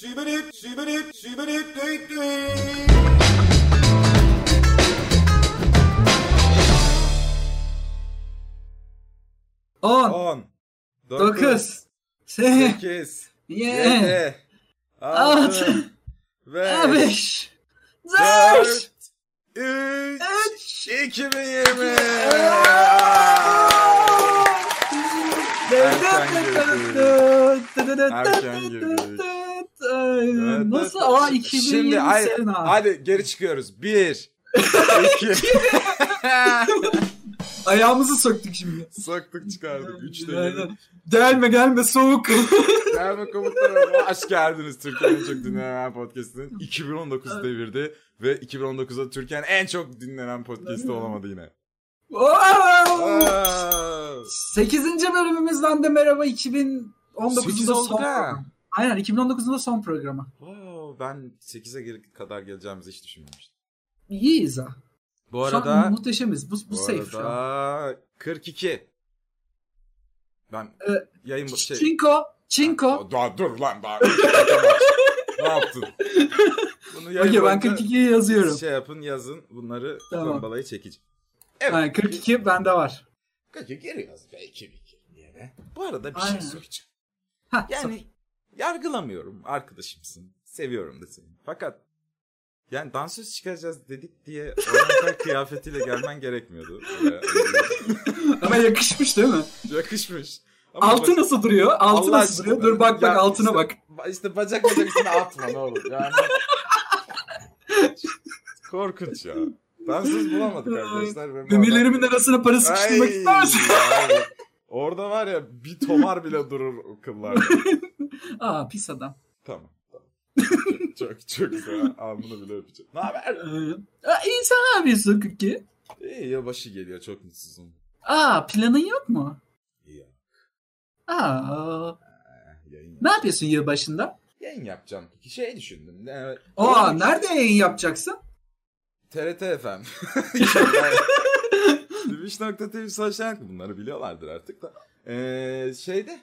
Sübülüp, sübülüp, sübülüp, düt düt. On, 10, 9, dokuz, sekiz, 8, yedi, 7, altı, 6, 5, beş, dört, 4, 3, üç. 2020. Erken Erken girdik. Ay, Nasıl? Aa 2020 Şimdi hayır, senin abi. hadi geri çıkıyoruz. 1, 2, Ayağımızı söktük şimdi. soktuk çıkardık. 3 de Aynen. Gelme gelme soğuk. Merhaba komutanım. Hoş geldiniz Türkiye'nin en çok dinlenen podcast'inin 2019 devirdi ve 2019'da Türkiye'nin en çok dinlenen podcast'i olamadı yine. Wow! Aa! 8. bölümümüzden de merhaba 2019'da Sekiz son olduk ha. programı. Aynen 2019'un da son programı. Wow, ben 8'e kadar geleceğimizi hiç düşünmemiştim. İyiyiz ha. Bu Şu an arada muhteşemiz. Bu, bu, bu safe şu an. arada 42. Ben Ee, yayın bu- şey. Çinko, Çinko. Aa, Daha dur lan daha. ne yaptın? Bunu yayın Okey ben boyunca 42'yi yazıyorum. Şey yapın yazın bunları Tamam. lambalayı çekici. Evet. Aynen, 42 bende var. Kanka giriyoruz be 2020'ye. Bu arada bir Aynen. şey söyleyeceğim. Hah, Yani yargılamıyorum arkadaşımsın. Seviyorum da seni. Fakat yani dansöz çıkaracağız dedik diye oryantal kıyafetiyle gelmen gerekmiyordu. Böyle- sor. Ama yakışmış değil mi? Yakışmış. Ama Altı bak- nasıl duruyor? Altı Allah nasıl duruyor? aşkına. Dur bak bak Ya altına işte- bak. ba- İşte bacak bacak üstüne atma ne olur. Yani... Korkunç ya. Dansöz bulamadık arkadaşlar. Benim Düğmelerimin arasına para sıkıştırmak Ay, ister misin? yani Orada var ya bir tomar bile durur o kıllarda. Aa pis adam. tamam. tamam. Çok- çok çok güzel. Aa, bunu bile öpeceğim. Ne haber? Ee, aa, iyi sen ne yapıyorsun 42? İyi yılbaşı geliyor çok mutsuzum. Aa planın yok mu? İyi ya. Aa Eh, Yayın, yap- ne yapıyorsun yılbaşında? yayın yapacağım. İki şey düşündüm. Ne- Aa nerede yayın yapacaksın? TRT FM. Twitch.tv sosyal bunları biliyorlardır artık da. Ee, şeyde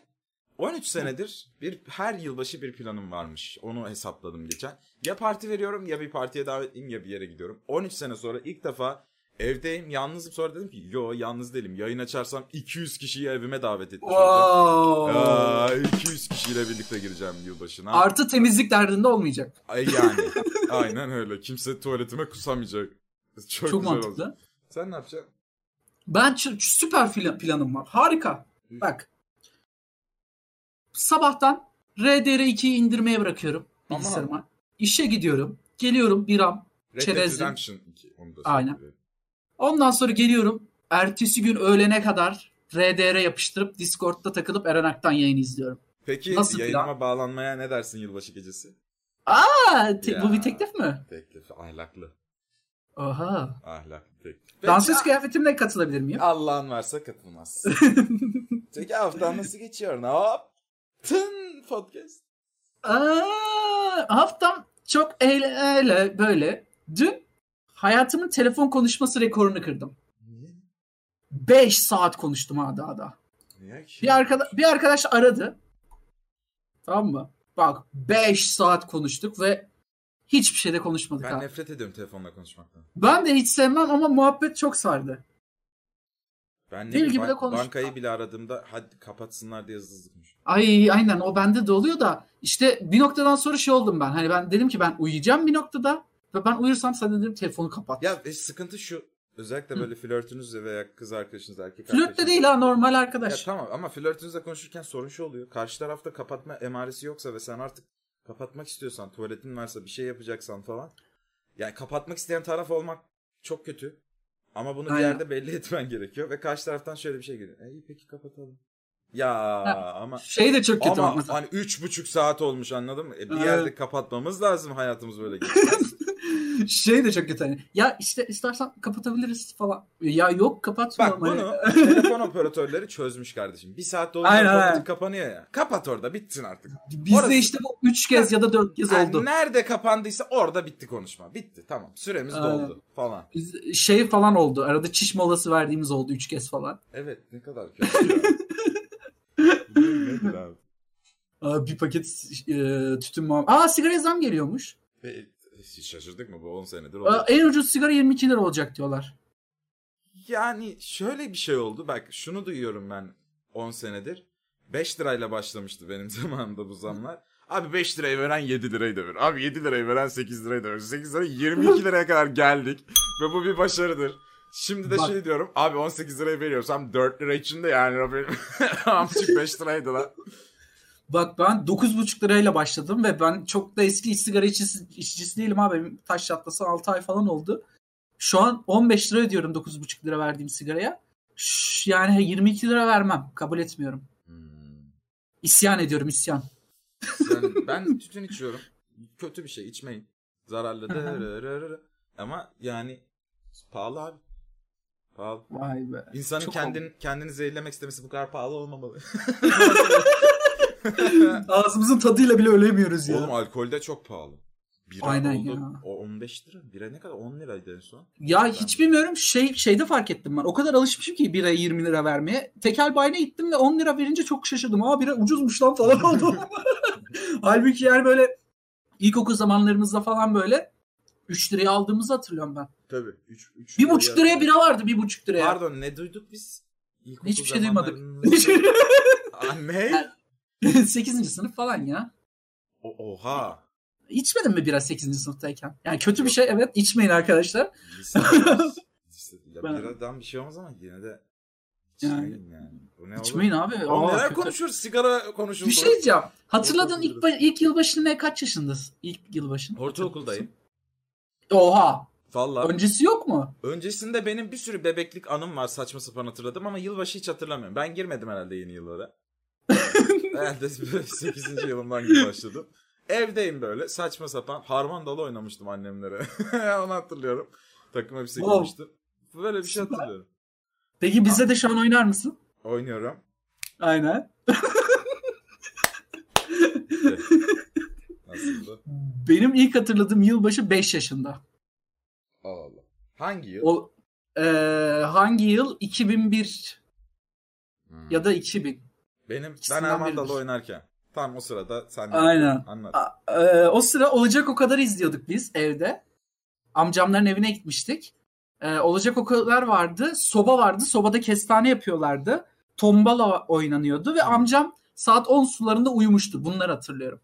13 senedir bir her yılbaşı bir planım varmış. Onu hesapladım geçen. Ya parti veriyorum ya bir partiye davetliyim ya bir yere gidiyorum. 13 sene sonra ilk defa evdeyim yalnızım sonra dedim ki yo yalnız değilim. Yayın açarsam 200 kişiyi evime davet etmiş olacağım. Wow. Aa, 200 kişiyle birlikte gireceğim yılbaşına. Artı temizlik derdinde olmayacak. Ay yani. Aynen öyle. Kimse tuvaletime kusamayacak. Çok, Çok, güzel oldu. mantıklı. Sen ne yapacaksın? Ben ç- süper fila- planım var. Harika. Bak. Sabahtan RDR2'yi indirmeye bırakıyorum Aman. bilgisayarıma. İşe gidiyorum. Geliyorum biram. Red Dead Çerezli. Redemption 2. Onu da Aynen. söyleyeyim. Ondan sonra geliyorum. Ertesi gün öğlene kadar RDR yapıştırıp Discord'da takılıp Eren Ak'tan yayını izliyorum. Peki Nasıl yayınıma plan? bağlanmaya ne dersin yılbaşı gecesi? Aa, te- Ya. bu bir teklif mi? Teklif ahlaklı. Oha. Ahlaklı teklif. Peki, Dansöz kıyafetimle katılabilir miyim? Allah'ın varsa katılmaz. Peki haftan nasıl geçiyor? Ne yaptın podcast? Aa, haftam çok eyle, eyle böyle. Dün hayatımın telefon konuşması rekorunu kırdım. Niye? 5 saat konuştum ha daha da. Niye ki? Bir, arkada, bir arkadaş aradı. Tamam mı? Bak 5 saat konuştuk ve hiçbir şeyde konuşmadık Ben ha. nefret ediyorum telefonla konuşmaktan. Ben de hiç sevmem ama muhabbet çok sardı. Ben ne Dil bileyim, gibi de ban- konuştuk. bankayı bile aradığımda hadi kapatsınlar diye hızlı hızlı konuşuyorum. Ay aynen o bende de oluyor da işte bir noktadan sonra şey oldum ben. Hani ben dedim ki ben uyuyacağım bir noktada ve ben uyursam sen dedim telefonu kapat. Ya e, sıkıntı şu. Özellikle böyle flörtünüzle veya kız arkadaşınızla erkek Flört de arkadaşınızla- değil ha normal Ya arkadaş. tamam ama flörtünüzle konuşurken sorun şu oluyor. Karşı tarafta kapatma emaresi yoksa ve sen artık kapatmak istiyorsan, tuvaletin varsa bir şey yapacaksan falan. Yani kapatmak isteyen taraf olmak çok kötü. Ama bunu bir Aynen. yerde belli etmen gerekiyor ve karşı taraftan şöyle bir şey geliyor. E, iyi peki kapatalım. Ya ama Şey de çok kötü Ee, ama olmasa. hani üç buçuk saat olmuş anladın mı? E, bir Evet. yerde kapatmamız lazım hayatımız böyle geçiyor. Şey de çok kötü hani. Ya işte istersen kapatabiliriz falan. Ya yok Bak kapatmayalım. hani. bunu telefon operatörleri çözmüş kardeşim. Bir saat dolunca Aynen, otomatik aynen. kapanıyor ya. Kapat orada bitsin artık. Bizde Orası- işte bu 3 kez ya da 4 kez Yani oldu. nerede kapandıysa orada bitti konuşma. Bitti tamam. Süremiz Aynen. doldu falan. Biz- şey falan oldu. Arada çiş molası verdiğimiz oldu 3 kez falan. Evet ne kadar kötü ya. Bu Nedir abi? Aa, bir paket e, tütün muhabbeti. Aa sigara zam geliyormuş. E, şaşırdık mı bu 10 senedir? Aa, oluyor. en ucuz sigara 22 lira olacak diyorlar. Yani şöyle bir şey oldu. Bak şunu duyuyorum ben 10 senedir. 5 lirayla başlamıştı benim zamanımda bu zamlar. Abi 5 lirayı veren 7 lirayı döver. Abi 7 lirayı veren 8 lirayı döver. 8 lira 22 liraya kadar geldik. Ve bu bir başarıdır. Şimdi de Bak. şey diyorum. Abi 18 lirayı veriyorsam 4 lira içinde yani. Rabbim. Amcık 5 liraydı lan. Bak ben 9,5 lirayla başladım ve ben çok da eski sigara içicisi, içicisi değilim abi. Benim Taş çatlasa 6 ay falan oldu. Şu an 15 lira ödüyorum 9,5 lira verdiğim sigaraya. Şş, Yani 22 lira vermem. Kabul etmiyorum. Hmm. İsyan ediyorum isyan. Yani ben tütün içiyorum. Kötü bir şey içmeyin. Zararlı. Dırırırırı. Ama yani pahalı abi. Pahalı. Vay be. İnsanın Çok kendini, kendini zehirlemek istemesi bu kadar pahalı olmamalı. Ağzımızın tadıyla bile ölemiyoruz ya. Oğlum alkolde çok pahalı. Bira Aynen oldu. ya. O 15 lira. Bira ne kadar? 10 liraydı en son. Ya hiç bilmiyorum şey şeyde fark ettim ben. O kadar alışmışım ki bira 20 lira vermeye. Tekel bayine gittim ve 10 lira verince çok şaşırdım. Aa bira ucuzmuş lan falan oldu. Halbuki yani böyle ilkokul zamanlarımızda falan böyle 3 liraya aldığımızı hatırlıyorum ben. Tabii. 3 3 Bir buçuk liraya bira vardı bir buçuk liraya. Pardon ne duyduk biz? İlkokul Hiçbir şey duymadık. zamanlarımızda- Aa, ne? 8. sınıf falan ya. O- oha. İçmedin mi bira 8. sınıftayken? Yani kötü bir şey evet içmeyin arkadaşlar. Lise, lise, ya Ben- biradan bir şey olmaz ama yine de Yani. içmeyin yani. Bu ne İçmeyin abi. Oğlum Aa, neler kötü. konuşuyoruz? Sigara konuşuldu. Bir şey diyeceğim. Hatırladın Ortaokulda. ilk, ba- ilk yılbaşını ne kaç yaşındasın? İlk yılbaşın. Ortaokuldayım. Oha. Valla. Öncesi yok mu? Öncesinde benim bir sürü bebeklik anım var saçma sapan hatırladım ama yılbaşı hiç hatırlamıyorum. Ben girmedim herhalde yeni yıllara. herhalde 8. yılımdan gibi başladım. Evdeyim böyle saçma sapan. Harman dalı oynamıştım annemlere. Onu hatırlıyorum. Takım elbise Wow. giymiştim. Böyle bir şey Süper. hatırlıyorum. Peki bize de şu an oynar mısın? Oynuyorum. Aynen. Aslında. Benim ilk hatırladığım yılbaşı 5 yaşında. Allah Allah. Hangi yıl? O eee, hangi yıl? 2001 Hmm. ya da 2000. Benim ben İkisinden Harman biridir. dalı oynarken. Tam o sırada sen Aynen. anlat. A- eee, E, o sıra olacak o kadar izliyorduk biz evde. Amcamların evine gitmiştik. Eee, olacak o kadar vardı. Soba vardı. Sobada kestane yapıyorlardı. Tombala oynanıyordu ve Hı. amcam saat 10 sularında uyumuştu. Bunları hatırlıyorum.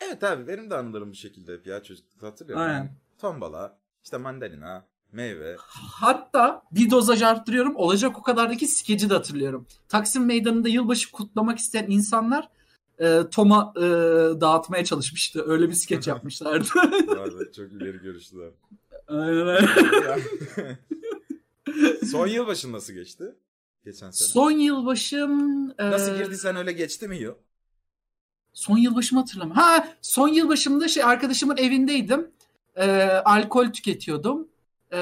Evet abi benim de anılarım bu şekilde hep ya çocuklukta hatırlıyorum. Aynen. Yani tombala, işte mandalina, meyve. Hatta bir dozaj arttırıyorum. Olacak o kadardaki skeci de hatırlıyorum. Taksim Meydanı'nda yılbaşı kutlamak isteyen insanlar e, Tom'a e, dağıtmaya çalışmıştı. Öyle bir skeç yapmışlardı. Vardı, çok ileri görüşlüler. Aynen öyle. Son yılbaşın nasıl geçti? Geçen sene. son yılbaşım... e, Nasıl girdiysen öyle geçti mi yıl? Son yılbaşımı hatırlamıyorum. Ha son yılbaşımda şey arkadaşımın evindeydim. E, alkol tüketiyordum. E,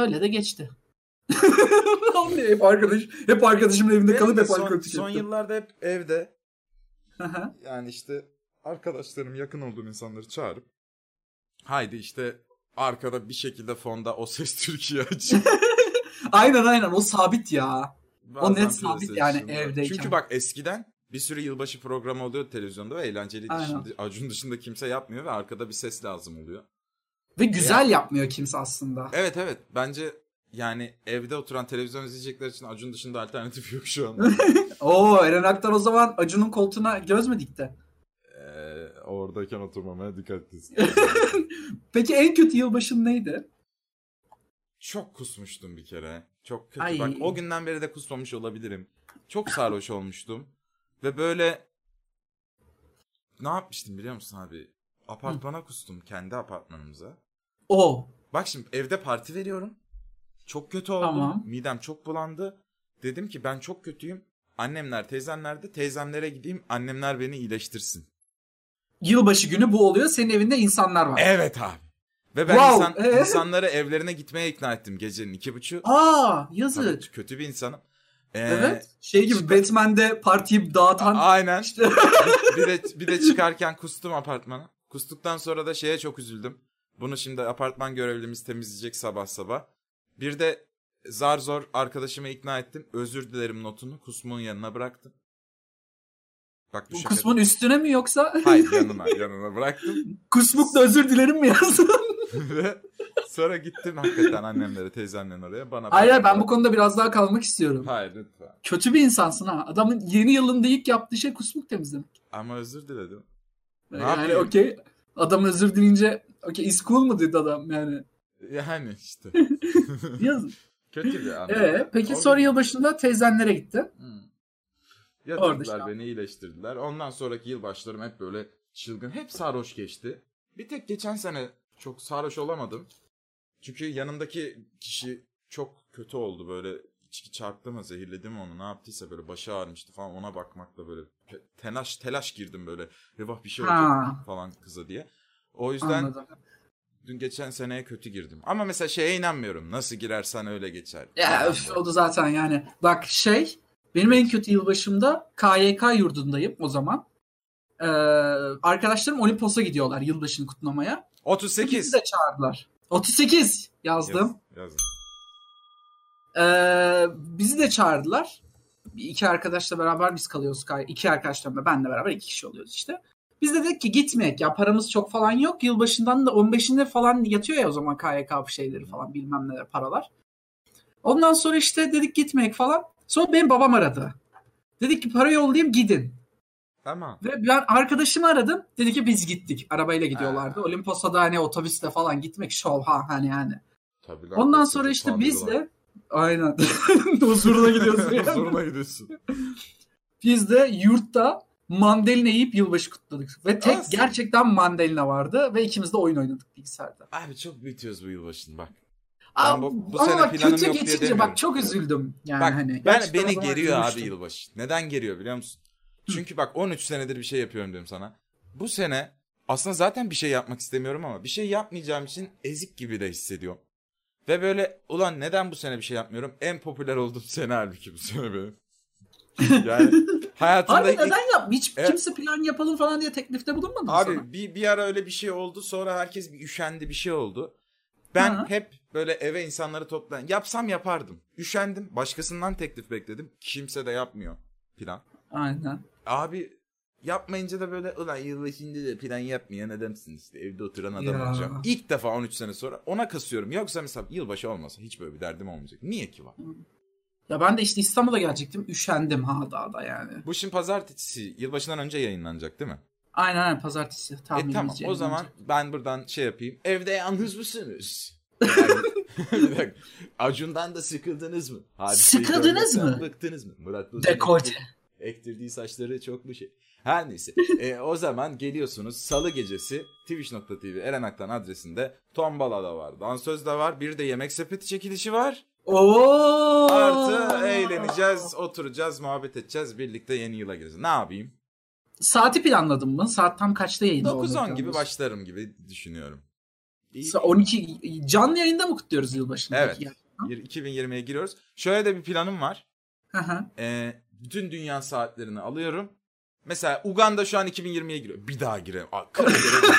öyle de geçti. hep arkadaş, hep arkadaşımın evinde Benim kalıp de hep alkol son, tükettim. son yıllarda hep evde Hı hı. yani işte arkadaşlarım yakın olduğum insanları çağırıp haydi işte arkada bir şekilde fonda o ses Türkiye aç. aynen aynen o sabit ya. Bazen net piyasa sabit yani dışında. evdeyken. Çünkü bak eskiden bir sürü yılbaşı programı oluyor televizyonda ve eğlenceliydi. Aynen. Şimdi Acun dışında kimse yapmıyor ve arkada bir ses lazım oluyor. Ve güzel yapmıyor kimse aslında. Evet evet bence yani evde oturan televizyon izleyecekler için Acun dışında alternatif yok şu anda. Oo Eren Aktar o zaman Acun'un koltuğuna göz mü dikti? Ee, oradayken oturmamaya dikkat edin. Peki en kötü yılbaşın neydi? Çok kusmuştum bir kere. Çok kötü. Ay. Bak o günden beri de kusmamış olabilirim. Çok sarhoş olmuştum. Ve böyle ne yapmıştım biliyor musun abi? Apartmana kustum kendi apartmanımıza. O. Bak şimdi evde parti veriyorum. Çok kötü oldum. Tamam. Midem çok bulandı. Dedim ki ben çok kötüyüm. Annemler, teyzemler de teyzemlere gideyim. Annemler beni iyileştirsin. Yılbaşı günü bu oluyor. Senin evinde insanlar var. Evet abi. Ve ben Wow, insan, ee? insanları evlerine gitmeye ikna ettim gecenin iki buçu. Aa Tabii yazık. kötü bir insanım. Ee, Evet. Şey gibi Batman'de partiyi dağıtan Aynen. işte. bir de bir de çıkarken kustum apartmana. Kustuktan sonra da şeye çok üzüldüm. Bunu şimdi apartman görevlimiz temizleyecek sabah sabah. Bir de zar zor arkadaşımı ikna ettim. Özür dilerim notunu kusmuğun yanına bıraktım. Bak Bu şaka kusmun değil. üstüne mi yoksa? Hayır yanına yanına bıraktım. Kusmukla özür dilerim mi yazdın? Ve sonra gittim hakikaten annemlere teyzemlerin oraya bana. Hayır hayır, ben bu baktılar. konuda biraz daha kalmak istiyorum. Hayır lütfen. Kötü bir insansın ha. Adamın yeni yılında ilk yaptığı şey kusmuk temizlemek. Ama özür diledim. Ne yani yapayım? okey. Adam özür dileyince okey is cool mu dedi adam yani. Yani işte. Yazın. Kötü bir anı. Ee, peki Orada- sonra yılbaşında teyzenlere gitti. Hmm. Orada Yatırdılar işte- beni iyileştirdiler. Ondan sonraki yılbaşlarım hep böyle çılgın. Hep sarhoş geçti. Bir tek geçen sene çok sarhoş olamadım. Çünkü yanımdaki kişi çok kötü oldu böyle. içki çarptı mı zehirledi mi onu ne yaptıysa böyle başı ağrımıştı falan ona bakmakla böyle te- telaş telaş girdim böyle. Eyvah bir şey olacak Ha. falan kıza diye. O yüzden Anladım. dün geçen seneye kötü girdim. Ama mesela şeye inanmıyorum. Nasıl girersen öyle geçer. Ya öf, o da zaten yani. Bak şey benim en kötü yılbaşımda KYK yurdundayım o zaman. Ee, arkadaşlarım Olimpos'a gidiyorlar yılbaşını kutlamaya. Bizi 38. de çağırdılar. 38 yazdım. Yaz- yazın. Ee, bizi de çağırdılar. Bir iki arkadaşla beraber biz kalıyoruz. Kay- İki arkadaşla da benle beraber iki kişi oluyoruz işte. Biz de dedik ki gitmeyek ya paramız çok falan yok. Yılbaşından da 15'inde falan yatıyor ya o zaman KYK şeyleri falan bilmem neler paralar. Ondan sonra işte dedik gitmeyek falan. Sonra benim babam aradı. Dedik ki para yollayayım gidin. Tamam. Ve ben arkadaşımı aradım. Dedi ki biz gittik. Arabayla gidiyorlardı. Ha. Olimpos'a da hani otobüsle falan gitmek şov ha hani yani. Tabii lan, Ondan koskoca sonra işte biz tanrılar. de aynen huzuruna gidiyoruz. yani. Zoruna gidiyorsun. Biz de yurtta mandalina yiyip yılbaşı kutladık. Ve tek Nasıl? gerçekten mandalina vardı ve ikimiz de oyun oynadık bilgisayarda. Abi çok bitiyoruz bu yılbaşını bak. Ben Aa, bu- bu ama sene bak planım kötü yok diye geçince demiyorum. bak çok üzüldüm. Yani bak hani. ben Gerçekten o beni zaman geriyor abi üzülmüştüm. yılbaşı. Neden geriyor biliyor musun? Çünkü bak 13 senedir bir şey yapıyorum diyorum sana. Bu sene aslında zaten bir şey yapmak istemiyorum ama bir şey yapmayacağım için ezik gibi de hissediyorum. Ve böyle ulan neden bu sene bir şey yapmıyorum? En popüler olduğum sene halbuki bu sene benim. Yani hayatımda Abi ilk- neden yap? Hiç Evet. kimse plan yapalım falan diye teklifte bulunmadı mı sana? Abi bir, bir ara öyle bir şey oldu sonra herkes bir üşendi bir şey oldu. Ben Ha. hep böyle eve insanları toplan yapsam yapardım. Üşendim başkasından teklif bekledim. Kimse de yapmıyor plan. Aynen. Abi yapmayınca da böyle ulan yılbaşında da plan yapmayan adamsın işte evde oturan adam Ya. olacağım. İlk defa 13 sene sonra ona kasıyorum. Yoksa mesela yılbaşı olmasa hiç böyle bir derdim olmayacak. Niye ki var? Ya ben de işte İstanbul'a gelecektim. Üşendim ha daha da yani. Bu şimdi pazartesi yılbaşından önce yayınlanacak değil mi? Aynen aynen pazartesi E tahminimizce. tamam o yayınlanacak. zaman ben buradan şey yapayım. Evde yalnız mısınız? Bir dakika. Acun'dan da sıkıldınız mı? Hadiseyi Sıkıldınız görmekten mı? Bıktınız mı? Murat Boz'un Dekolte. Ektirdiği saçları çok mu şey? Her neyse. E, o zaman geliyorsunuz salı gecesi twitch.tv Eren Aktan adresinde tombala da var. Dansöz de var. Bir de yemek sepeti çekilişi var. Oo. Artı eğleneceğiz, oturacağız, muhabbet edeceğiz. Birlikte yeni yıla gireceğiz. Ne yapayım? Saati planladın mı? Saat tam kaçta yayında olacak 9-10 gibi yalnız? başlarım gibi düşünüyorum. İyi. Sa- 12 canlı yayında mı kutluyoruz yılbaşını? Evet. peki? Bir- 2020'ye giriyoruz. Şöyle de bir planım var. Hı hı. Ee, bütün dünya saatlerini alıyorum. Mesela Uganda şu an 2020'ye giriyor. Bir daha gire. Aa, kırk kere giriyor.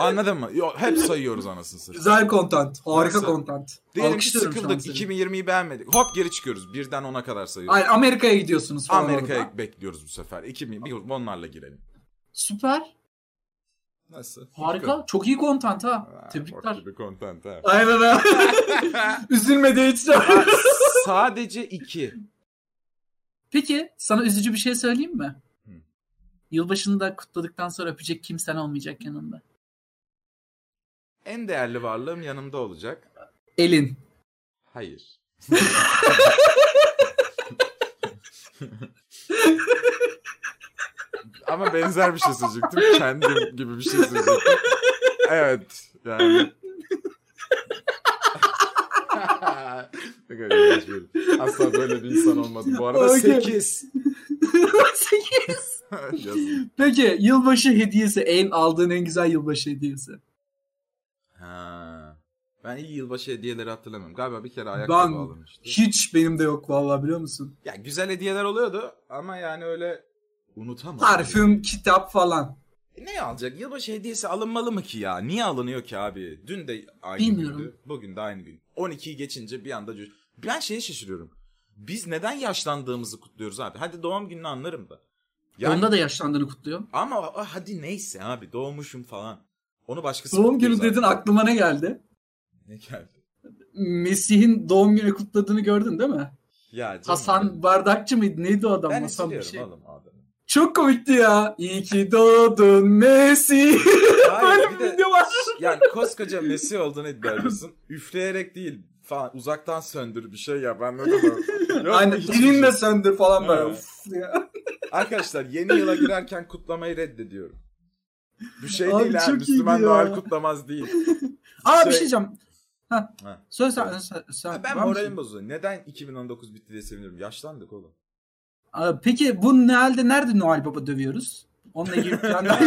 Anladın mı? Yok, hep sayıyoruz anasını satayım. Güzel content. Harika Nasıl? content. Diyelim ki Alkışlıyorum şu an sıkıldık. seni. 2020'yi beğenmedik. Hop geri çıkıyoruz. Birden ona kadar sayıyoruz. Hayır Amerika'ya gidiyorsunuz falan. orada. Amerika'ya bekliyoruz bu sefer. 2000 bir onlarla girelim. Süper. Nasıl? Harika. Çok iyi content ha. Aa, bok Tebrikler. gibi content ha. Aynen ha. Üzülmedi hiç. Aa, Sadece iki. Peki sana üzücü bir şey söyleyeyim mi? Hı. Yılbaşını da kutladıktan sonra öpecek kimsen olmayacak yanında. En değerli varlığım yanımda olacak. Elin. Hayır. Ama benzer bir şey söyleyecektim. Kendim gibi bir şey söyleyecektim. Evet. Yani. Ne kadar ilginç bir- Asla böyle bir insan olmadı. Bu arada Okey. 8. Peki yılbaşı hediyesi en aldığın en güzel yılbaşı hediyesi. ha. Ben iyi yılbaşı hediyeleri hatırlamıyorum. Galiba bir kere Ben- ayakkabı alınmıştı. Hiç benim de yok vallahi biliyor musun? Ya güzel hediyeler oluyordu ama yani öyle unutamam. Parfüm, kitap falan. E, Ne alacak? Yılbaşı hediyesi alınmalı mı ki ya? Niye alınıyor ki abi? Dün de aynı Bilmiyorum. gündü. Bugün de aynı gün. 12'yi geçince bir anda... cü- Ben şeye şaşırıyorum. Biz neden yaşlandığımızı kutluyoruz abi? Hadi doğum gününü anlarım da. Yani- Onda da yaşlandığını kutluyor. Ama a- hadi neyse abi doğmuşum falan. Onu başkası Doğum kutluyor günü zaten. dedin aklıma ne geldi? Ne geldi? Mesih'in doğum günü kutladığını gördün değil mi? Ya canım benim. Hasan Bardakçı mıydı? Neydi o adam? ben Hasan bir istiyorum şey. oğlum adamı. Çok komikti ya. İyi ki doğdun Mesih. Hayır Böyle bir bir de video var. yani koskoca Messi olduğunu iddia ediyorsun. Üfleyerek değil falan uzaktan söndür bir şey yap. Ben ne kadar... Aynen. Hiçbir Dilin şey- de söndür falan böyle. Evet. Uf ya. Arkadaşlar yeni yıla girerken kutlamayı reddediyorum. Bu şey Abi değil ha. çok iyiydi Müslüman ya. Noel kutlamaz değil. Aa Şey- bir şey diyeceğim. Ha. Ha. Söyle sen. sen, sen Ben var mısın? moralim bozuluyor. Neden 2019 bitti diye seviniyorum. Yaşlandık oğlum. Aa, Peki bu Noel'de nerede Noel Baba dövüyoruz? Onunla ilgili planlar.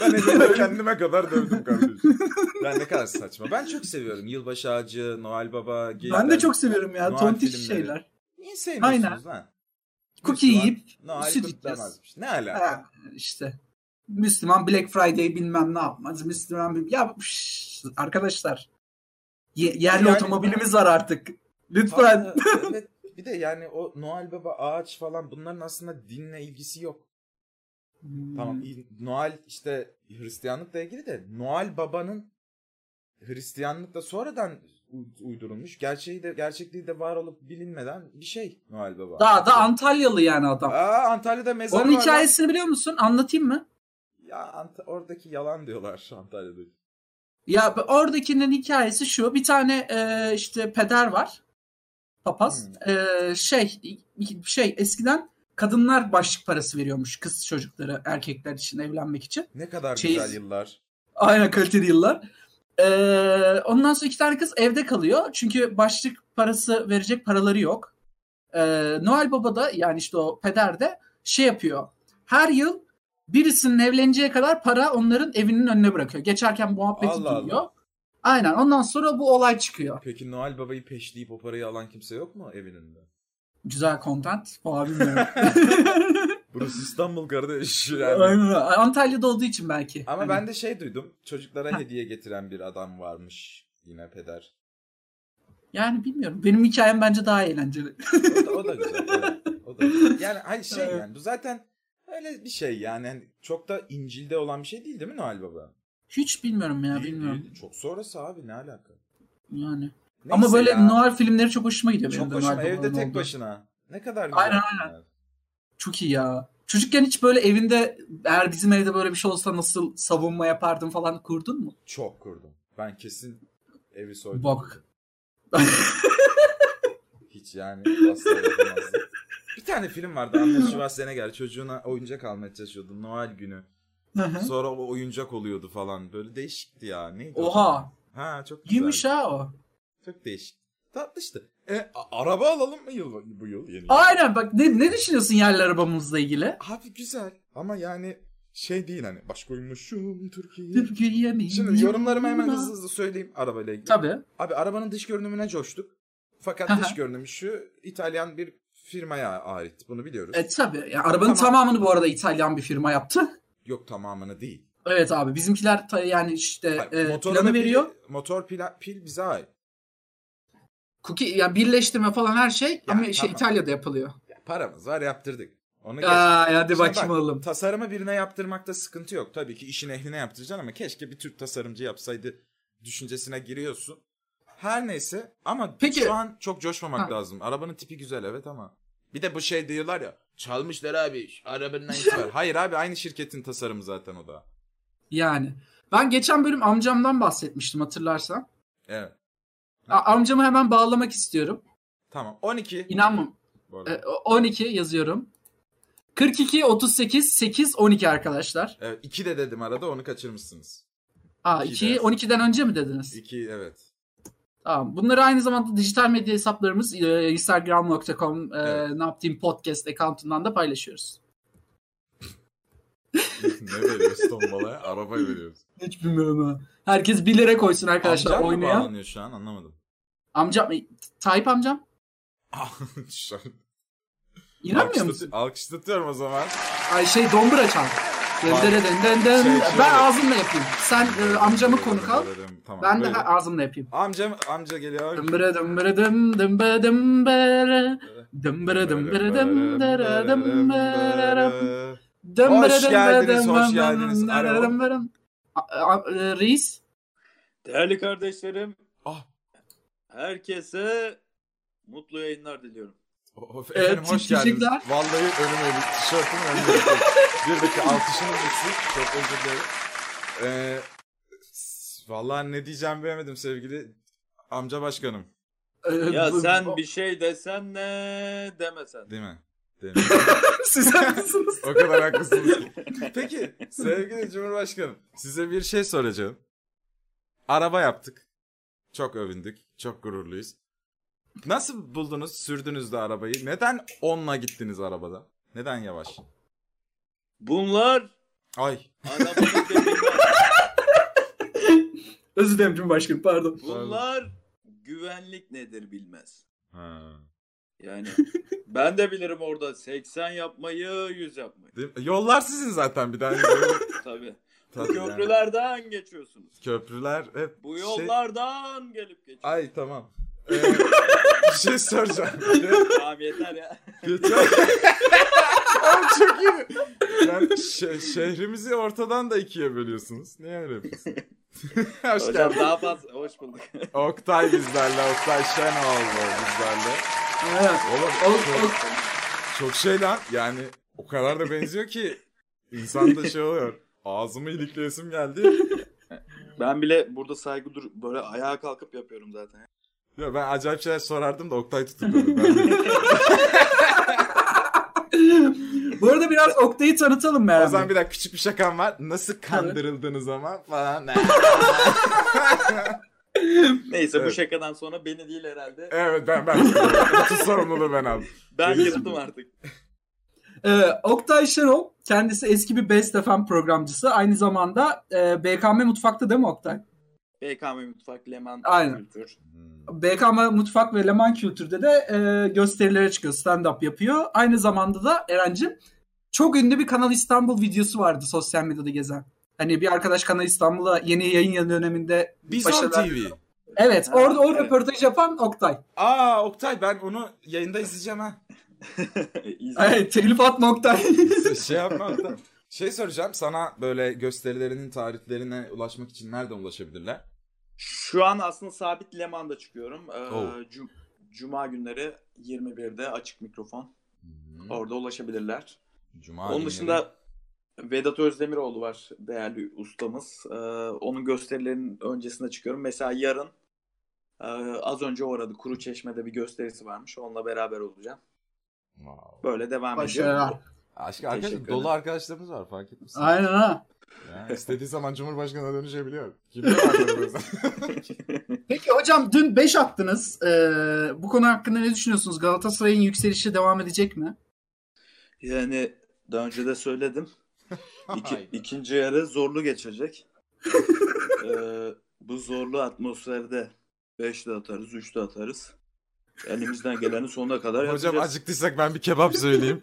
Ben Ege'de kendime kadar dövdüm kardeşim. Ben ne kadar saçma. Ben çok seviyorum. Yılbaşı ağacı, Noel Baba, geyikler. ben de çok seviyorum ya. Noel Tontiş filmleri. şeyler. Niye sevmiyorsunuz Aynen. lan? Cookie Müslüman yiyip Noel süt kutlamazmış. Ne alaka? Ha, işte. Müslüman Black Friday bilmem ne yapmaz. Müslüman bil- ya şşş, arkadaşlar. Ye- yerli Yani- otomobilimiz var artık. Lütfen. Abi, evet, bir de yani o Noel Baba ağaç falan bunların aslında dinle ilgisi yok. Hmm. Tamam iyi, Noel işte Hristiyanlıkla ilgili de Noel Baba'nın Hristiyanlıkla sonradan u- uydurulmuş gerçeği de gerçekliği de var olup bilinmeden bir şey Noel Baba. Daha da Antalyalı yani adam. Aa, Antalya'da mezar Onun var. lan. hikayesini biliyor musun? Anlatayım mı? Ya Ant- oradaki yalan diyorlar Antalya'da. Ya be- oradakinin hikayesi şu. Bir tane e, işte peder var. Papaz. Hmm. E, şey şey eskiden kadınlar başlık parası veriyormuş kız çocuklara erkekler için evlenmek için. Ne kadar Çeyiz. güzel yıllar. Aynen kaliteli yıllar. Ee, ondan sonra iki tane kız evde kalıyor. Çünkü başlık parası verecek paraları yok. Ee, Noel Baba da yani işte o peder de şey yapıyor. Her yıl birisinin evleneceği kadar para onların evinin önüne bırakıyor. Geçerken muhabbeti Allah duyuyor. Allah. Aynen ondan sonra bu olay çıkıyor. Peki Noel Baba'yı peşleyip o parayı alan kimse yok mu evin önünde? Güzel content falan bilmiyorum. Burası İstanbul kardeş yani. Aynen. Antalya'da olduğu için belki. Ama Hani- ben de şey duydum. Çocuklara Ha. hediye getiren bir adam varmış. Yine peder. Yani bilmiyorum. Benim hikayem bence daha eğlenceli. O da, o da güzel. evet. O da güzel. Yani hani şey Evet. yani bu zaten öyle bir şey yani. Hani çok da İncil'de olan bir şey değil değil mi Noel Baba? Hiç bilmiyorum ya Değil, bilmiyorum. değil. Çok sonrası abi ne alaka? Yani. Neyse Ama böyle ya. noir filmleri çok hoşuma gidiyor benim çok de hoşuma noir babaların evde tek olduğu. başına. Ne kadar güzel. Aynen, aynen. Çok iyi ya. Çocukken hiç böyle evinde eğer bizim evde böyle bir şey olsa nasıl savunma yapardım falan kurdun mu? Çok kurdum. Ben kesin evi soydum. Bak. Hiç yani asla yapamazdım. Bir tane film vardı Arnold Schwarzenegger çocuğuna oyuncak almaya çalışıyordu Noel günü. Hı hı. Sonra o oyuncak oluyordu falan. Böyle değişikti ya. Neydi o? Oha. Ha çok güzel. Gümüş ha o. Çok değişik. Tatlıştı. E, a- araba alalım mı yıl, bu yıl yeni? yıl? Aynen bak ne, ne düşünüyorsun yerli arabamızla ilgili? Abi güzel ama yani şey değil hani baş koymuşum Türkiye. Türkiye mi? Şimdi yorumlarımı hemen hızlı hızlı söyleyeyim arabayla ilgili. Tabii. Abi arabanın dış görünümüne coştuk. Fakat Aha. dış görünümü şu İtalyan bir firmaya ait. Bunu biliyoruz. E tabii. Ya, arabanın Tamam. tamamını bu arada İtalyan bir firma yaptı. Yok tamamını değil. Evet abi bizimkiler ta- yani işte Hayır, e, motorun planı pili- veriyor. motor pila- pil bize ait. Cookie, yani birleştirme falan her şey ama şey tamam. İtalya'da yapılıyor. Ya, paramız var yaptırdık. Onu geç. Aa, hadi Şimdi bak, bakayım oğlum. Tasarımı birine yaptırmakta sıkıntı yok. Tabii ki işin ehline yaptıracaksın ama keşke bir Türk tasarımcı yapsaydı düşüncesine giriyorsun. Her neyse ama Peki. şu an çok coşmamak Ha. lazım. Arabanın tipi güzel evet ama. Bir de bu şey diyorlar ya çalmışlar abi şu arabanın aynısı var. Hayır abi aynı şirketin tasarımı zaten o da. Yani. Ben geçen bölüm amcamdan bahsetmiştim hatırlarsan. Evet A- amcamı hemen bağlamak istiyorum. tamam 12 İnanmam. bu arada. E, o- 12 yazıyorum. 42, 38, 8, 12 arkadaşlar. Evet, 2 de dedim arada onu kaçırmışsınız. Aa, İki 2'yi ders. 12'den önce mi dediniz? 2 evet. Tamam. Bunları aynı zamanda dijital medya hesaplarımız e, instagram.com e, Evet. ne yaptığım podcast accountundan da paylaşıyoruz. ne veriyoruz tombalaya? Araba veriyoruz. Hiç bilmiyorum ha. Herkes 1 lira koysun arkadaşlar Amcam mı oynayan. bağlanıyor şu an anlamadım. Amcam, Tayyip amcam. şu an İnanmıyor Alkışlat- musun? Alkışlatıyorum o zaman. Ay şey dombra çal. şöyle- ben ağzımla yapayım. Sen e, amcamı konuk al. Tamam, Ben de böyle. ha- ağzımla yapayım. Amcam, amca geliyor. Dımbıra dımbıra dım dımbıra dımbıra. Dımbıra dımbıra dımbıra dımbıra. Dımbıra Hoş dımbıra geldiniz, hoş dımbıra geldiniz. dımbıra Alo. dımbıra. A- a- e, Reis. Değerli kardeşlerim, Ah. herkese mutlu yayınlar diliyorum. Of, Evet, efendim hoş geldiniz. teşekkürler. Vallahi önüme bir tişörtümün önüme bir- şey. Bir dakika alkışınız gitsin. Çok özür dilerim. Ee, s- vallahi ne diyeceğimi bilemedim sevgili amca başkanım. E, Ya bu- sen bir şey desen ne demesen. Değil mi? Değil mi? Siz haklısınız. o kadar haklısınız. Peki sevgili Cumhurbaşkanım size bir şey soracağım. Araba yaptık. Çok övündük. Çok gururluyuz. Nasıl buldunuz, sürdünüz de arabayı? Neden onunla gittiniz arabada? Neden yavaş? Bunlar Ay arabanın dediğinden- Özür dilerim Cumhurbaşkanım pardon. bunlar güvenlik nedir bilmez. Ha. Yani ben de bilirim orada 80 yapmayı 100 yapmayı. Değil mi? Yollar sizin zaten bir tane. Tabii Tabii. Bu yani. köprülerden geçiyorsunuz. Köprüler hep Bu şey- yollardan gelip geçiyorsunuz. Ay tamam. Ee, bir şey soracağım. Tamam yeter ya. Geçen... Abi çok iyi. Yani şe- şehrimizi ortadan da ikiye bölüyorsunuz. Niye öyle yapıyorsunuz? Hoş Hocam geldin. daha fazla hoş bulduk. Oktay bizlerle, Oktay Şenol bizlerle. Ha, Oğlum o- çok, o- çok şey lan yani o kadar da benziyor ki insan da şey oluyor. Ağzımı ilikleyesim geldi. Ben bile burada saygı dur böyle ayağa kalkıp yapıyorum zaten. Ya ben acayip şeyler sorardım da Oktay tutukladı. Ben- Bu arada biraz Oktay'ı tanıtalım o zaman beraber. bir dakika küçük bir şakam var. Nasıl kandırıldınız ama falan. Neyse Evet. bu şakadan sonra beni değil herhalde. evet ben ben. Bütün sorumluluğu ben aldım. Ben Evet. yırttım artık. Ee, Oktay Şenol kendisi eski bir Best FM programcısı. Aynı zamanda e, BKM Mutfak'ta değil mi Oktay? BKM Mutfak, Leman Aynen. Kültür. BKM Mutfak ve Leman Kültür'de de e, gösterilere çıkıyor. Stand-up yapıyor. Aynı zamanda da Eren'cim çok ünlü bir Kanal İstanbul videosu vardı sosyal medyada gezen. Hani bir arkadaş Kanal İstanbul'a yeni yayın yayın döneminde Bizon başarılar- TV. Evet Ha, orada o evet. röportaj yapan Oktay. Aa Oktay ben onu yayında izleyeceğim ha. İzle. Evet, telif atma Oktay. şey yapma Oktay. Şey soracağım sana böyle gösterilerinin tarihlerine ulaşmak için nereden ulaşabilirler? Şu an aslında sabit Leman'da çıkıyorum. Ee, Oh. cum- Cuma günleri 21'de açık mikrofon. Hmm, Orada ulaşabilirler. Cuma Onun günleri. dışında Vedat Özdemiroğlu var değerli ustamız. Ee, onun gösterilerinin öncesinde çıkıyorum. Mesela yarın e, az önce uğradı Kuru Çeşme'de bir gösterisi varmış. Onunla beraber olacağım. Wow. Böyle devam ediyor. Başarılar. Aşk Teşekkür arkadaş, ederim. dolu arkadaşlarımız var fark etmişsin. Aynen ha. Ya, istediği zaman Cumhurbaşkanı'na dönüşebiliyor. Kimde var Peki hocam dün 5 attınız. Ee, bu konu hakkında ne düşünüyorsunuz? Galatasaray'ın yükselişi devam edecek mi? Yani daha önce de söyledim. İki, Hayda. ikinci yarı zorlu geçecek. Ee, bu zorlu atmosferde 5 de atarız, 3 de atarız. Elimizden geleni sonuna kadar Hocam yapacağız. acıktıysak ben bir kebap söyleyeyim.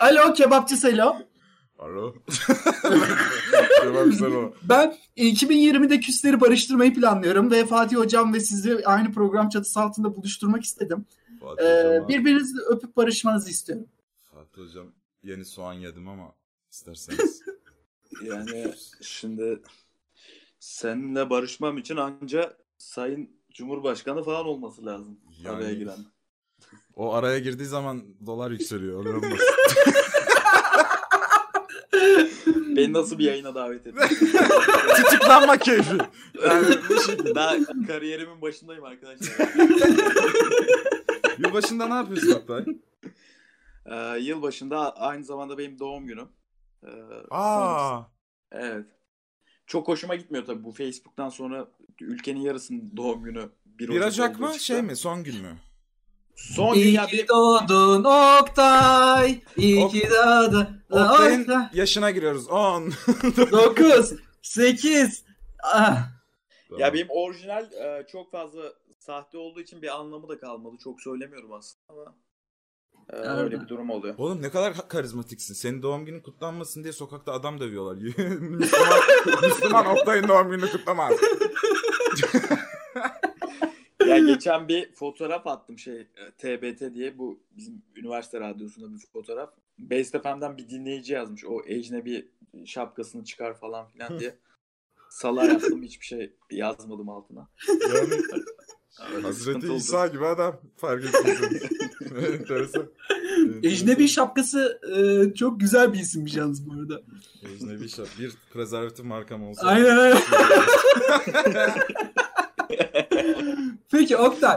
Alo kebapçı Selo. Alo. kebap söyle. Ben e, 2020'de küsleri barıştırmayı planlıyorum ve Fatih Hocam ve sizi aynı program çatısı altında buluşturmak istedim. Fatih Ee, hocam, birbirinizi öpüp barışmanızı istiyorum. Fatih hocam yeni soğan yedim ama isterseniz. Yani şimdi seninle barışmam için anca Sayın Cumhurbaşkanı falan olması lazım Yani- araya giren. O araya girdiği zaman dolar yükseliyor. Öyle olmaz. Beni nasıl bir yayına davet ettin? Tutuklanma keyfi. Yani bu şekilde. Daha şey- kariyerimin başındayım arkadaşlar. Yılbaşında ne yapıyorsun Oktay? Ee, yılbaşında aynı zamanda benim doğum günüm. Ee, Aa. Evet. Çok hoşuma gitmiyor tabii bu Facebook'tan sonra ülkenin yarısının doğum günü 1, 1 Ocak olduğu mı çıktı. şey mi son gün mü? Son gün İyi ya ki benim- doğdun Oktay. İyi ki doğdun. Oktay'ın Oktay. yaşına giriyoruz 10. 9, 8. Ah. ya benim orijinal e, çok fazla sahte olduğu için bir anlamı da kalmadı. Çok söylemiyorum aslında ama Ee, Harbiden. öyle bir durum oluyor. Oğlum ne kadar ha- karizmatiksin. Senin doğum günün kutlanmasın diye sokakta adam dövüyorlar. Müslüman, Müslüman Oktay'ın doğum gününü kutlamaz. Ya geçen bir fotoğraf attım şey e, TBT diye bu bizim üniversite radyosunda bir fotoğraf. Best FM'den bir dinleyici yazmış. O ecnebi şapkasını çıkar falan filan diye. Sala yaptım hiçbir şey yazmadım altına. Yani Öyle bir sıkıntı Hazreti oldu. İsa gibi adam. Fark etmişsiniz. Enteresan. Ecnebi şapkası e, çok güzel bir isimmiş yalnız bu arada. Ecnebi şap. Bir prezervatif markam olsa. Aynen öyle. Peki Oktay.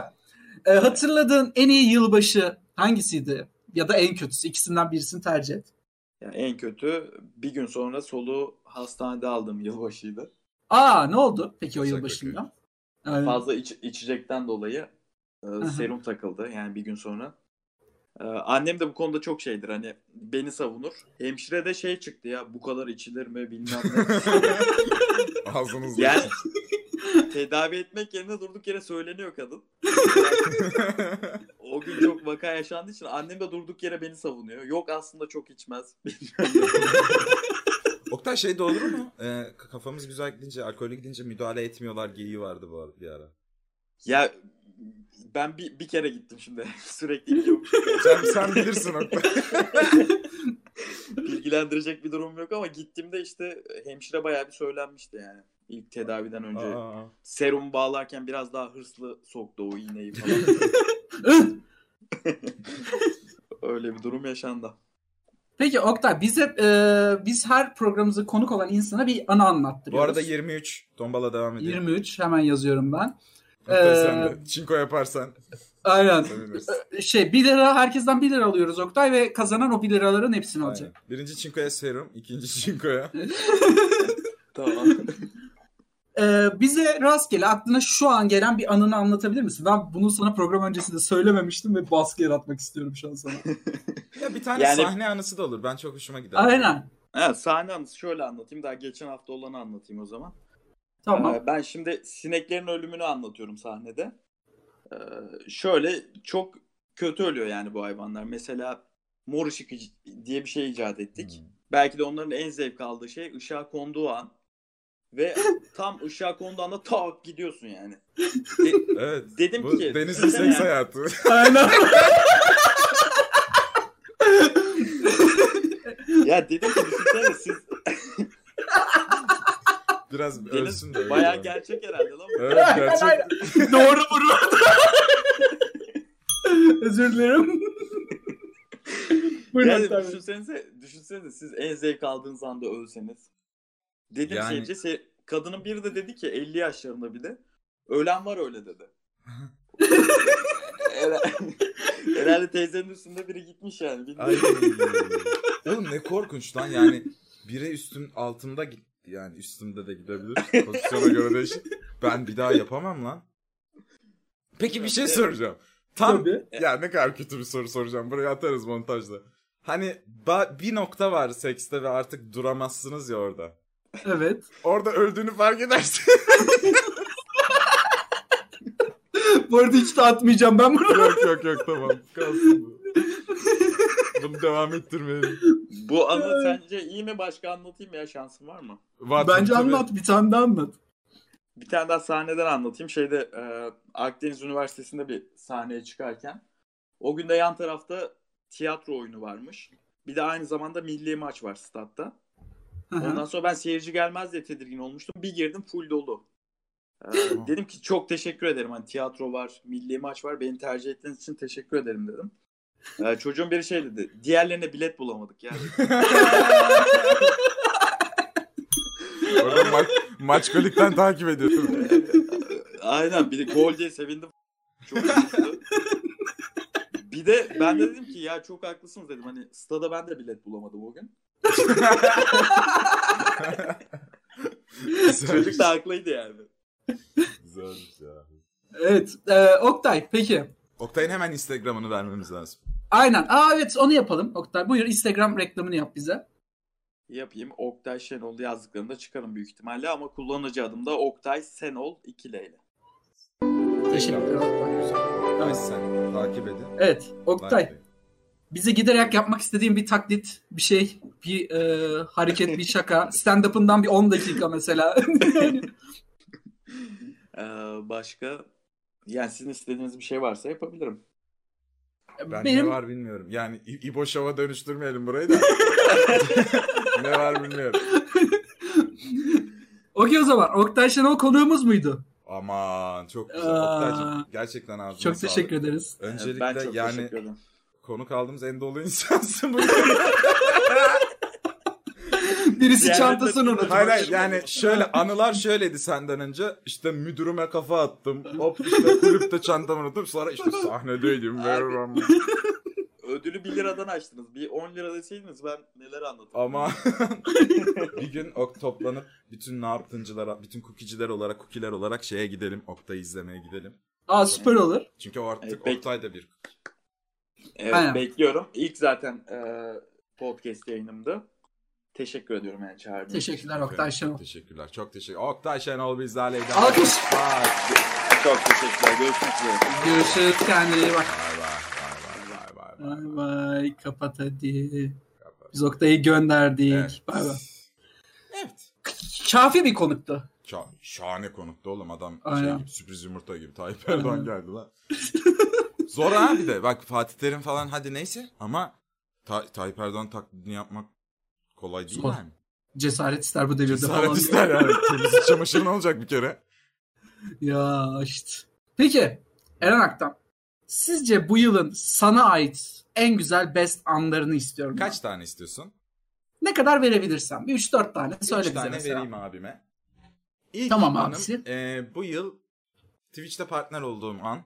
e, hatırladığın en iyi yılbaşı hangisiydi? Ya da en kötüsü. ikisinden birisini tercih et. Yani en kötü bir gün sonra soluğu hastanede aldım yılbaşıydı. Aa ne oldu peki o Yasak yılbaşında? Aynen. Fazla iç- içecekten dolayı e, Aha. serum takıldı yani bir gün sonra. E, annem de bu konuda çok şeydir hani beni savunur. Hemşire de şey çıktı ya bu kadar içilir mi bilmem ne. Ağzınızda. Yani tedavi etmek yerine durduk yere söyleniyor kadın. o gün çok vaka yaşandığı için annem de durduk yere beni savunuyor. Yok aslında çok içmez. Oktay şey doğru mu? Ee, kafamız güzel gidince, alkolü gidince müdahale etmiyorlar geyiği vardı bu arada bir ara. ya ben bir, bir kere gittim şimdi. Sürekli gidiyorum. Sen, sen bilirsin Oktay. Bilgilendirecek bir durum yok ama gittiğimde işte hemşire bayağı bir söylenmişti yani. İlk tedaviden önce. Aa, Serum bağlarken biraz daha hırslı soktu o iğneyi falan. Öyle bir durum yaşandı. Peki Oktay biz hep e, biz her programımıza konuk olan insana bir anı bu anlattırıyoruz. arada 23. Tombala devam ediyor. 23 hemen yazıyorum ben. Oktay Ee, sen de. Çinko yaparsan Aynen. sevinirsin. Şey 1 lira herkesten 1 lira alıyoruz Oktay ve kazanan o 1 liraların hepsini alacak. Aynen. Birinci Çinko'ya serum, ikinci Çinko'ya. Tamam. Ee, bize rastgele aklına şu an gelen bir anını anlatabilir misin? Ben bunu sana program öncesinde söylememiştim ve baskı yaratmak istiyorum şu an sana. Ya bir tane Yani- sahne anısı da olur. Ben çok hoşuma gider. Aynen. Ha, sahne anısı şöyle anlatayım. Daha geçen hafta olanı anlatayım o zaman. Tamam. Ee, ben şimdi sineklerin ölümünü anlatıyorum sahnede. Ee, şöyle çok kötü ölüyor yani bu hayvanlar. Mesela mor ışık ic- diye bir şey icat Hmm. ettik. Belki de onların en zevk aldığı şey ışığa konduğu an. Ve tam ışığa konduğu anda tak gidiyorsun yani. De- Evet. dedim Bu ki. denizli yani, seks hayatı. Aynen. Ya dedim ki düşünsene siz Biraz deniz ölsün de. öyle bayağı yani. gerçek herhalde lan. bu. Evet gerçek. Doğru vurmadı. Özür dilerim. Buyurun Yani Oktay Bey. düşünsenize, düşünsenize siz en zevk aldığınız anda ölseniz. Dedim Yani- seyirci, se- kadının biri de dedi ki 50 yaşlarında bir de ölen var öyle dedi. Herhalde- Herhalde teyzenin üstünde biri gitmiş yani. bilmiyorum. Ay. Oğlum ne korkunç lan yani. Bire üstüm altımda git yani üstümde de gidebilir. Pozisyona göre değişir. Ben bir daha yapamam lan. Peki bir şey soracağım. Tam Tabii. ya ne kadar kötü bir soru soracağım. Buraya atarız montajda. Hani ba- bir nokta var sekste ve artık duramazsınız ya orada. Evet. Orada öldüğünü fark edersin. Bu arada hiç de atmayacağım ben bunu. yok yok yok tamam. Kalsın bu. Bunu devam ettirmeyelim. Bu anı sence iyi mi? Başka anlatayım ya şansım var mı? Vat- Bence tabii. anlat bir tane daha anlat. Bir tane daha sahneden anlatayım. Şeyde e, Akdeniz Üniversitesi'nde bir sahneye çıkarken o gün de yan tarafta tiyatro oyunu varmış. Bir de aynı zamanda milli maç var statta. Hı hı. Ondan sonra ben seyirci gelmez diye tedirgin olmuştum. Bir girdim full dolu. Ee, dedim ki çok teşekkür ederim. Hani tiyatro var, milli maç var. Beni tercih ettiğiniz için teşekkür ederim dedim. Ee, çocuğun biri şey dedi. Diğerlerine bilet bulamadık yani. Orada ma- maç kolikten takip ediyorum. Aynen bir de gol diye sevindim. Çok mutlu. Bir de ben de dedim ki ya çok haklısınız dedim. Hani stada ben de bilet bulamadım o gün. Çocuk da haklıydı yani. Güzelmiş ya. Evet. e, Oktay peki. Oktay'ın hemen Instagram'ını vermemiz lazım. Aynen. Aa evet onu yapalım. Oktay buyur Instagram reklamını yap bize. yapayım. Oktay Şenol yazdıklarında çıkarım büyük ihtimalle ama kullanıcı adım da Oktay Senol 2 ile. Teşekkürler. Güzel. Nice sen. Takip edin. Evet. Oktay. Like. bize giderek yapmak istediğin bir taklit, bir şey, bir e, hareket, bir şaka. Stand-up'ından bir 10 dakika mesela. Ee, başka yani sizin istediğiniz bir şey varsa yapabilirim. Ben Benim ne var bilmiyorum. Yani İ- İbo Şov'a dönüştürmeyelim burayı da. ne var bilmiyorum. Okey o zaman. Oktay Şenol konuğumuz muydu? Aman çok güzel. Aa, Oktay'cığım, gerçekten ağzına Çok sağlık. teşekkür ederiz. Ee, Öncelikle ben çok yani teşekkür ederim. konu kaldığımız en dolu insansın bu. Birisi Yani- çantasını unutmuş. hayır hayır yani şöyle anılar şöyleydi senden önce. İşte müdürüme kafa attım. Hop işte kulüpte çantamı unuttum. Sonra işte sahnedeydim. Merhaba. Ödülü 1 liradan açtınız. Bir 10 lira deseydiniz ben neler anlatırdım. Ama bir gün ok toplanıp bütün ne yaptıncılara, bütün kukiciler olarak, kukiler olarak şeye gidelim. Oktay'ı izlemeye gidelim. Aa süper olur. Çünkü o artık Evet, peki. Oktay da bir Evet, Aynen. bekliyorum. İlk zaten e, podcast yayınımdı. Teşekkür ediyorum yani çağırdığınız için. Teşekkürler Oktay Şenol. Teşekkürler. Çok teşekkür. Oktay Şenol bizlerleydi. Alkış. Vay, Çok teşekkürler. Görüşmek üzere. Görüşürüz kendine iyi bak. vay, vay, vay, vay, vay, Bay vay. bay kapat hadi. Biz Oktay'ı gönderdik. Evet. Bay bay. Evet. Kafi bir konuktu. Ça- şahane konuktu oğlum adam Aynen. şey gibi, sürpriz yumurta gibi Tayyip Aynen. Erdoğan geldi lan. Zor ha bir de bak Fatih Terim falan hadi neyse ama Ta- Tayyip Erdoğan taklidini yapmak kolay değil Zor. yani. Cesaret ister bu devirde falan. Cesaret ister yani. Temiz çamaşırın olacak bir kere. Ya işte. Peki Eren Aktan. Sizce bu yılın sana ait en güzel best anlarını istiyorum. Kaç tane istiyorsun? Ne kadar verebilirsen. Bir 3-4 tane söyle Üç bize tane mesela. vereyim abime. İlk Tamam anım, abisi. e, bu yıl Twitch'te partner olduğum an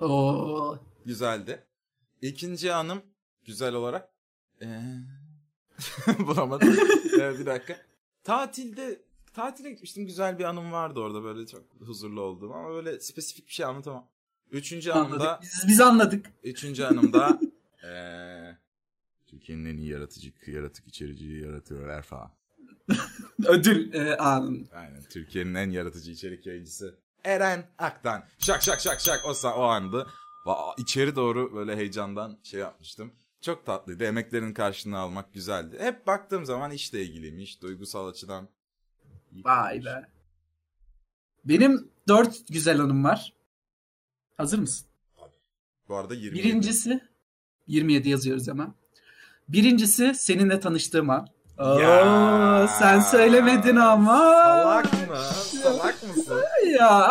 Oo. güzeldi. İkinci anım güzel olarak e, bulamadım. E, bir dakika. Tatilde tatile gitmiştim. Güzel bir anım vardı orada böyle çok huzurlu olduğum ama böyle spesifik bir şey anlatamam. Üçüncü anımda Anladık. Biz, biz anladık. Üçüncü hanımda eee Türkiye'nin en iyi yaratıcı, yaratık içerici yaratıyorlar falan. Ödül e, anın. Aynen Türkiye'nin en yaratıcı içerik yayıncısı Eren Aktan. Şak şak şak şak o, sa- o andı. Va- içeri doğru böyle heyecandan şey yapmıştım. Çok tatlıydı. Emeklerin karşılığını almak güzeldi. Hep baktığım zaman işle ilgiliymiş. Duygusal açıdan. iyi Vay kalmış. be. Benim 4 güzel anım var. Hazır mısın? Bu arada 20. Birincisi 27 yazıyoruz hemen. Birincisi seninle tanıştığım an. Oo, Ya. sen söylemedin ama. Salak mı? Salak mısın? Ya.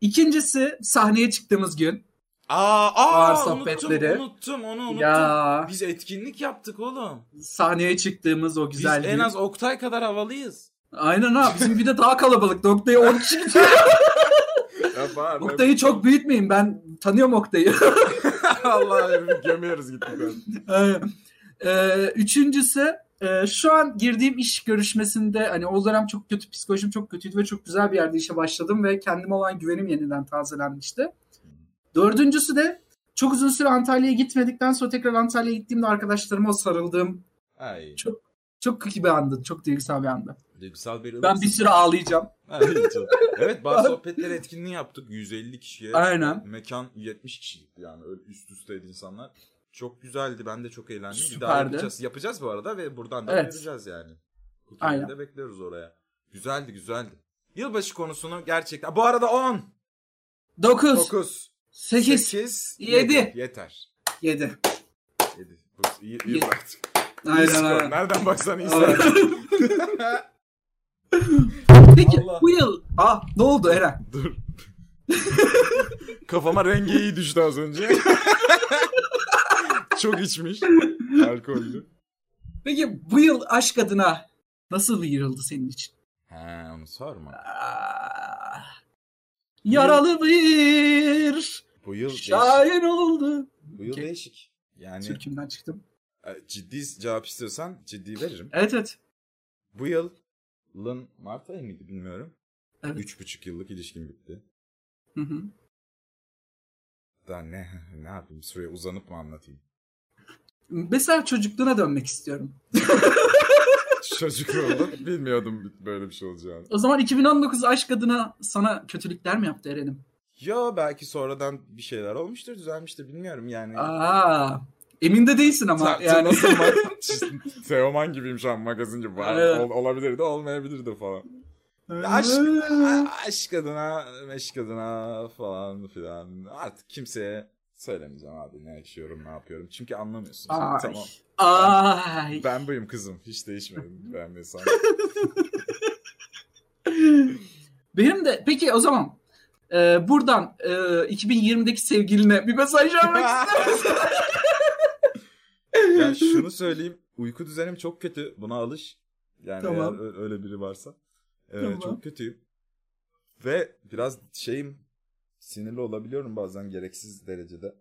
İkincisi sahneye çıktığımız gün. Aa, Ağır aa sohbetleri. Unuttum, unuttum onu unuttum. Ya Biz etkinlik yaptık oğlum. sahneye çıktığımız o güzel Biz gün. en az Oktay kadar havalıyız. Aynen ha bizim bir de daha kalabalık. Noktayı 10 kişi Ya var. Oktay'ı çok büyütmeyin ben tanıyorum Oktay'ı. Allah herif gömüyoruz gittik Ee, üçüncüsü e, şu an girdiğim iş görüşmesinde hani o dönem çok kötü psikolojim çok kötüydü ve çok güzel bir yerde işe başladım ve kendime olan güvenim yeniden tazelenmişti. Dördüncüsü de çok uzun süre Antalya'ya gitmedikten sonra tekrar Antalya'ya gittiğimde arkadaşlarıma o sarıldığım Ay. Çok- çok iyi bir andı. Çok duygusal bir andı. Duygusal bir Ben bir süre ağlayacağım. evet bazı sohbetler etkinliği yaptık. 150 kişiye. Aynen. Mekan 70 kişilikti yani. Öyle üst üsteydi insanlar. Çok güzeldi. Ben de çok eğlendim. Bir daha Süperdi. yapacağız. Yapacağız bu arada ve buradan da Evet. vereceğiz yani. Aynen. Aynen. de bekliyoruz oraya. Güzeldi güzeldi. Yılbaşı konusunu gerçekten. Bu arada 10, 9, 9, 8, 8, Yedi. Yeter. 7. 7. Bu iyi, iyi Yedi. baktık. İyi Aynen skor. aynen. Nereden baksan iyi Aynen. skor. Peki Allah. bu yıl... Ah ne oldu Eren? Dur. Kafama rengi iyi düştü az önce. Çok içmiş. Alkollü. Peki bu yıl aşk adına nasıl bir yıl oldu senin için? He onu sorma. Ah, Yaralı bir Bu yıl değişik. şair oldu. Bu yıl değişik. Yani Türkümden çıktım. e, ciddi cevap istiyorsan ciddi veririm. Evet evet. Bu yılın Mart ayı mıydı bilmiyorum. Evet. Üç buçuk yıllık ilişkim bitti. Hı hı. Daha ne ne yapayım süreye uzanıp mı anlatayım? Mesela çocukluğuna dönmek istiyorum. Çocuk oldum bilmiyordum böyle bir şey olacağını. O zaman 2019 aşk adına sana kötülükler mi yaptı Eren'im? Ya belki sonradan bir şeyler olmuştur düzelmiştir bilmiyorum yani. Aa, emin de değilsin ama Ta- yani. nasıl ma- Teoman gibiyim şu an magazin gibi. Var. Evet. Ol- olabilirdi olmayabilirdi falan. Aşk, a- aşk adına, meşk adına falan filan. Artık kimseye söylemeyeceğim abi ne yaşıyorum ne yapıyorum. Çünkü anlamıyorsun. Ay. Tamam. Ay. Ben buyum kızım. Hiç değişmedim. Beğenmiyorsan. Benim de peki o zaman e, buradan e, 2020'deki sevgiline bir mesaj vermek yani şunu söyleyeyim. Uyku düzenim çok kötü. Buna alış. Yani Tamam. eğer ö- öyle biri varsa. Ee, Tamam. Çok kötüyüm. Ve biraz şeyim sinirli olabiliyorum bazen gereksiz derecede.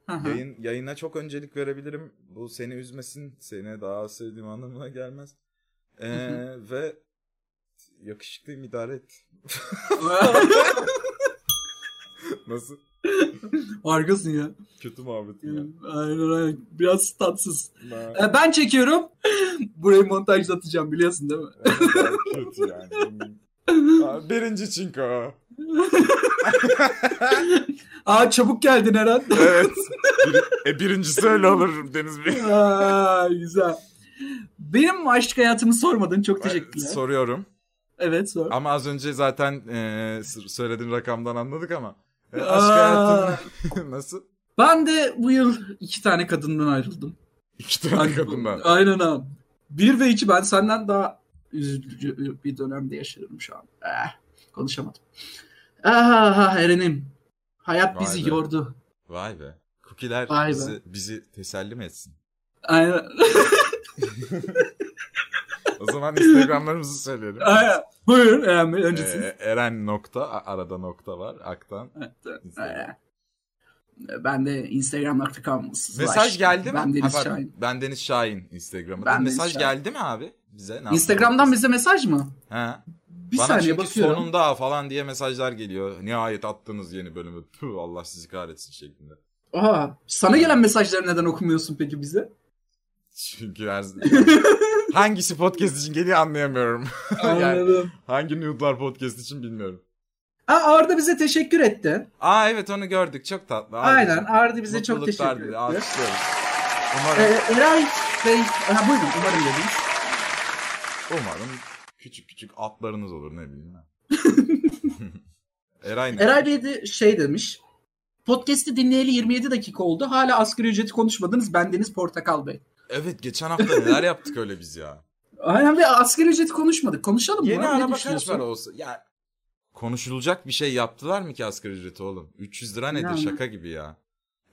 istiyorum. Yayın, yayına çok öncelik verebilirim. Bu seni üzmesin. Seni daha sevdiğim anlamına gelmez. Ee, Hı ve yakışıklıyım idare et. Nasıl? Harikasın ya. Kötü muhabbetim ya. Aynen aynen. Biraz tatsız. Ben- E, ben çekiyorum. Burayı montajlatacağım biliyorsun değil mi? Evet, kötü yani. Aa, Birinci çinko. Aa çabuk geldin Eren. Evet. Bir, e, birincisi öyle olur Deniz Bey. Aa, güzel. Benim aşk hayatımı sormadın. Çok teşekkürler. Soruyorum. evet sor. Ama az önce zaten e, s- söylediğin rakamdan anladık ama. E, aşk Aa. hayatın nasıl? Ben de bu yıl iki tane kadından ayrıldım. İki tane kadından. Aynen abi. Bir ve iki ben senden daha üzücü bir dönemde yaşıyorum şu an. Eh, konuşamadım. Ah, ah, Eren'im. Hayat Vay bizi be. yordu. Vay be. Kukiler Vay be. bizi, bizi teselli mi etsin? Aynen. O zaman Instagramlarımızı söyleyelim. Aynen. Buyur Eren Bey öncesi. E, Eren nokta, a- arada nokta var. Aktan. Evet, Instagram. eh. Ben de instagram.com slash Mesaj geldi mi? Ben Deniz Ha, pardon. Şahin. Ben Deniz Şahin Instagram'da. Ben Deniz Mesaj Şahin. geldi mi abi bize? Ne Instagram'dan yapıyoruz? bize mesaj mı? Ha. Bir Bana saniye çünkü bakıyorum. sonunda falan diye mesajlar geliyor. Nihayet attınız yeni bölümü. Püh, Allah sizi kahretsin şeklinde. Aha, sana gelen mesajları neden okumuyorsun peki bize? Çünkü her... hangisi podcast için geliyor anlayamıyorum. Yani- Anladım. Hangi nude'lar podcast için bilmiyorum. Aa, Arda bize teşekkür etti. Aa evet onu gördük. Çok tatlı. Aynen Arda bize çok Mutluluklar teşekkür diledi. etti. Alkışlıyoruz. Umarım, Ee, Eray Bey, ha, buyurun umarım dediniz. umarım küçük küçük atlarınız olur ne bileyim. ben. Eray ne? Eray Bey de şey demiş. Podcast'i dinleyeli 27 dakika oldu. Hala asgari ücreti konuşmadınız. Bendeniz Portakal Bey. Evet geçen hafta neler yaptık öyle biz ya. Aynen ve asgari ücreti konuşmadık. Konuşalım mı? Yeni Abi, ne araba kaç düşünüyorsun? para olsa. Ya konuşulacak bir şey yaptılar mı ki asgari ücreti oğlum? 300 lira nedir Yani. şaka gibi ya.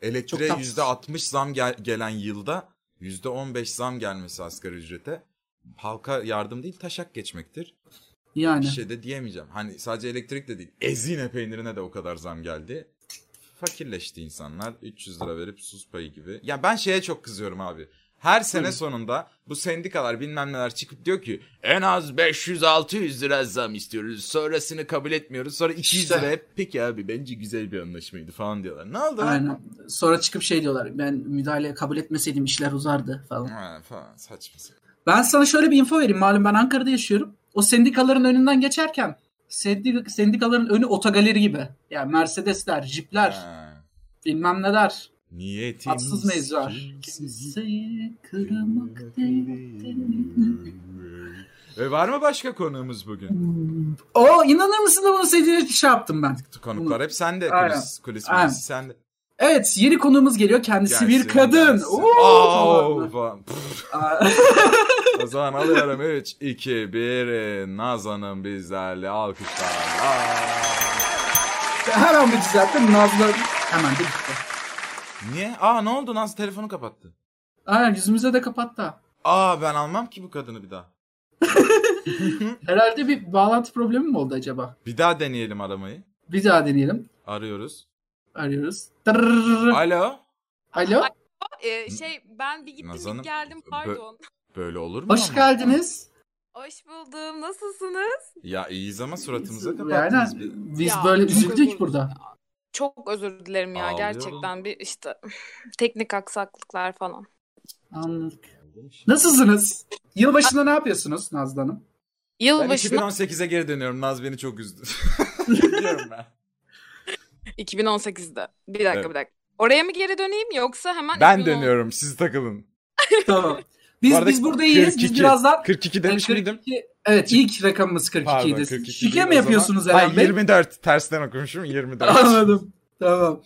Elektriğe tatsız. %60 zam gel- gelen yılda %15 zam gelmesi asgari ücrete halka yardım değil taşak geçmektir. Yani. Bir şey de diyemeyeceğim. Hani sadece elektrik de değil. Ezine peynirine de o kadar zam geldi. Fakirleşti insanlar. 300 lira verip sus payı gibi. Ya ben şeye çok kızıyorum abi. Her sene Tabii. sonunda bu sendikalar bilmem neler çıkıp diyor ki en az 500-600 lira zam istiyoruz. Sonrasını kabul etmiyoruz. Sonra 200 İşte. lira hep, peki abi bence güzel bir anlaşmaydı falan diyorlar. Ne oldu? lan? Aynen. Sonra çıkıp şey diyorlar. Ben müdahale kabul etmeseydim işler uzardı falan. Ha, falan saçma sapan. Ben sana şöyle bir info vereyim. Malum ben Ankara'da yaşıyorum. O sendikaların önünden geçerken sendik- sendikaların önü otogaleri gibi. Yani Mercedesler, Jeepler, Ha. bilmem neler. Niyetimiz Tatsız mevzular. kimsesiz. Kimseyi kırmak değil. E, var mı başka konuğumuz bugün? O inanır mısın da bunu sevdiğine şey yaptım ben. Konuklar hep sende. Aynen. Kulis, kulis Aynen. bilgisi sende. Evet yeni konuğumuz geliyor. Kendisi Gelsin, bir kadın. gelsin. Oo, Aa, falan. falan. Pff, Aa, o zaman alıyorum 3, 2, 1. Nazan'ın bizlerle alkışlar. Aa. Her an bir düzelttim. Nazlı hemen de gitti. Niye? Aa ne oldu? Naz telefonu kapattı. Aynen yüzümüze de kapattı. Aa ben almam ki bu kadını bir daha. Herhalde bir bağlantı problemi mi oldu acaba? Bir daha deneyelim aramayı. Bir daha deneyelim. Arıyoruz. Arıyoruz. Tırrrr. Alo. Alo. Ee, şey ben bir gittim Nazan'ım, bir geldim bö- pardon. Böyle olur mu? Hoş ama? geldiniz. Hoş buldum. Nasılsınız? Ya iyiyiz ama suratımıza Aynen. kapattınız. bir- Biz Ya, böyle çok üzüldük üzüldüm. burada. Çok özür dilerim ya Ağlıyorum. gerçekten bir işte teknik aksaklıklar falan. Anladık. Nasılsınız? Yılbaşında ne yapıyorsunuz Nazlı Hanım? Ben Yılbaşına 2018'e geri dönüyorum. Naz beni çok üzdü. Diyorum ben. 2018'de. Bir dakika Evet. bir dakika. Oraya mı geri döneyim yoksa Hani hemen Ben 2010 dönüyorum siz takılın. tamam. Biz Bu arada biz burada iyiyiz. 42. Biz birazdan 42 demiş miydim? 42 Evet ilk rakamımız 42 Pardon idi. 42 Şike değil o mi yapıyorsunuz zaman. Eren Hayır Bey? 24 tersten okumuşum 24. Anladım. Tamam.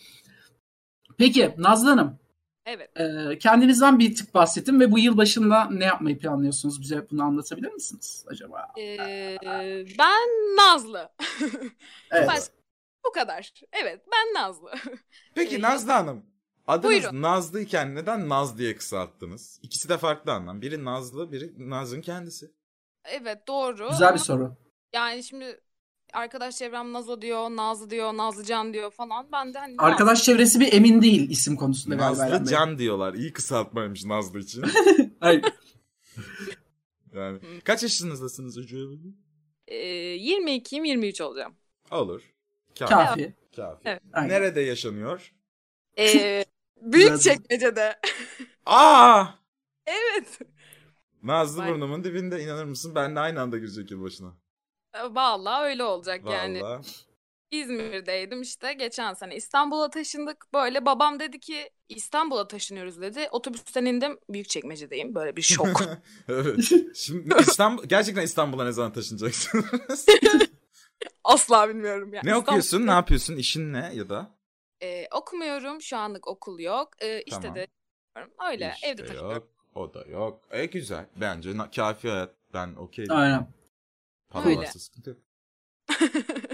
Peki Nazlı Hanım. Evet. e, kendinizden bir tık bahsettin ve bu yıl başında ne yapmayı planlıyorsunuz? Bize bunu anlatabilir misiniz acaba? Ee, ben Nazlı. Evet. Bak, bu kadar. Evet ben Nazlı. Peki Ee, Nazlı Hanım. Adınız buyurun. Nazlı iken neden Naz diye kısalttınız? İkisi de farklı anlam. Biri Nazlı, biri Naz'ın kendisi. Evet doğru. Güzel ama bir soru. Yani şimdi arkadaş çevrem Nazo diyor, Nazlı diyor, Nazlıcan diyor falan. Ben de hani Naz. Arkadaş çevresi bir emin değil isim konusunda galiba. Eren Nazlı Bey. Can diyorlar. İyi kısaltmaymış Nazlı için. Hayır. Yani kaç yaşınızdasınız hocam? Ee, 22'yim 23 olacağım. Olur. Kafi. Kafi. Kafi. Evet. Aynen. Nerede yaşanıyor? Ee, büyük Nazlı. çekmecede. Aa! evet. Nazlı Vay. burnumun dibinde inanır mısın? Ben de aynı anda girecek yılbaşına. Vallahi öyle olacak yani. Valla. İzmir'deydim işte geçen sene. İstanbul'a taşındık. Böyle babam dedi ki İstanbul'a taşınıyoruz dedi. Otobüsten indim. Büyükçekmece'deyim. Böyle bir şok. evet. Şimdi İstanbul, gerçekten İstanbul'a ne zaman taşınacaksınız? Asla bilmiyorum yani. ne İstanbul- okuyorsun? Ne yapıyorsun? İşin ne ya da? Ee, okumuyorum. Şu anlık okul yok. Ee, işte Tamam. de öyle İşte evde takılıyorum. yok. O da yok. E güzel. Bence na- kafi hayat. Ben okey. Aynen. Para Öyle. varsa sıkıntı yok.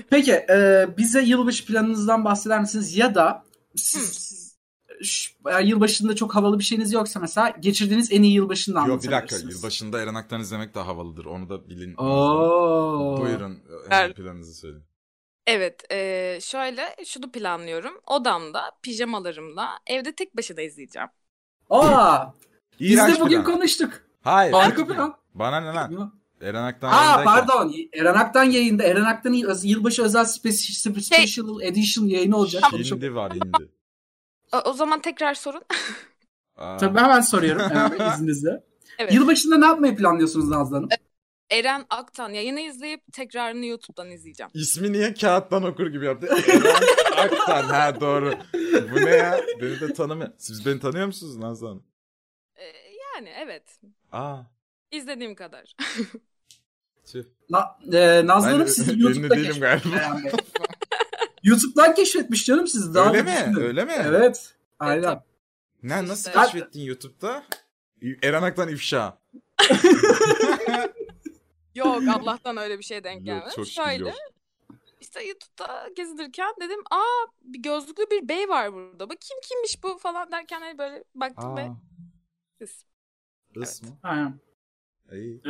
Peki e, bize yılbaşı planınızdan bahseder misiniz? Ya da siz, siz- ş- yani yılbaşında çok havalı bir şeyiniz yoksa mesela geçirdiğiniz en iyi yılbaşını Yok bir dakika. anlatabilirsiniz. Yılbaşında Eren Aktan izlemek daha havalıdır. Onu da bilin. Oo. Buyurun. Ver. Hemen planınızı söyleyin. Evet, eee, şöyle şunu planlıyorum. Odamda pijamalarımla evde tek başına izleyeceğim. Aa, biz İğrenç de bugün plan. konuştuk. Hayır. Arka kötü plan. Bana ne lan? Eren Aktan Aa yayındayken- pardon. Eren Aktan yayında. Eren Aktan'ın yıl- yılbaşı özel spesi- spe- Şey- special edition yayını olacak. Konuşalım. Hindi var hindi. O, o zaman tekrar sorun. Aa. Tabii hemen soruyorum hemen izninizle. Evet. Yılbaşında ne yapmayı planlıyorsunuz Nazlı Hanım? Eren Aktan yayını izleyip tekrarını YouTube'dan izleyeceğim. İsmi niye kağıttan okur gibi yaptı? Eren Aktan. Ha doğru. Bu ne ya? Beni de tanımıyor. Siz beni tanıyor musunuz Nazlı Hanım? Eee, Ee, yani evet, Aa. izlediğim kadar. Tüh. Na, e, Nazlı Ben Hanım sizi ünlü YouTube'da değilim keşfetmiş. galiba. Eren Bey. YouTube'dan keşfetmiş canım sizi. Daha Öyle da mi? düşünün. Öyle mi? Evet. Aynen. Ne nasıl İşte. keşfettin YouTube'da? Eren Aktan ifşa. Yok, Allah'tan öyle bir şey denk Yok, gelmedi. çok şükür Şöyle, yok. işte YouTube'da gezinirken dedim, aa bir gözlüklü bir bey var burada. Bak kim kimmiş bu falan derken hani böyle baktım Aa, ve kız. ıs mı? Aynen. İyi. Eh.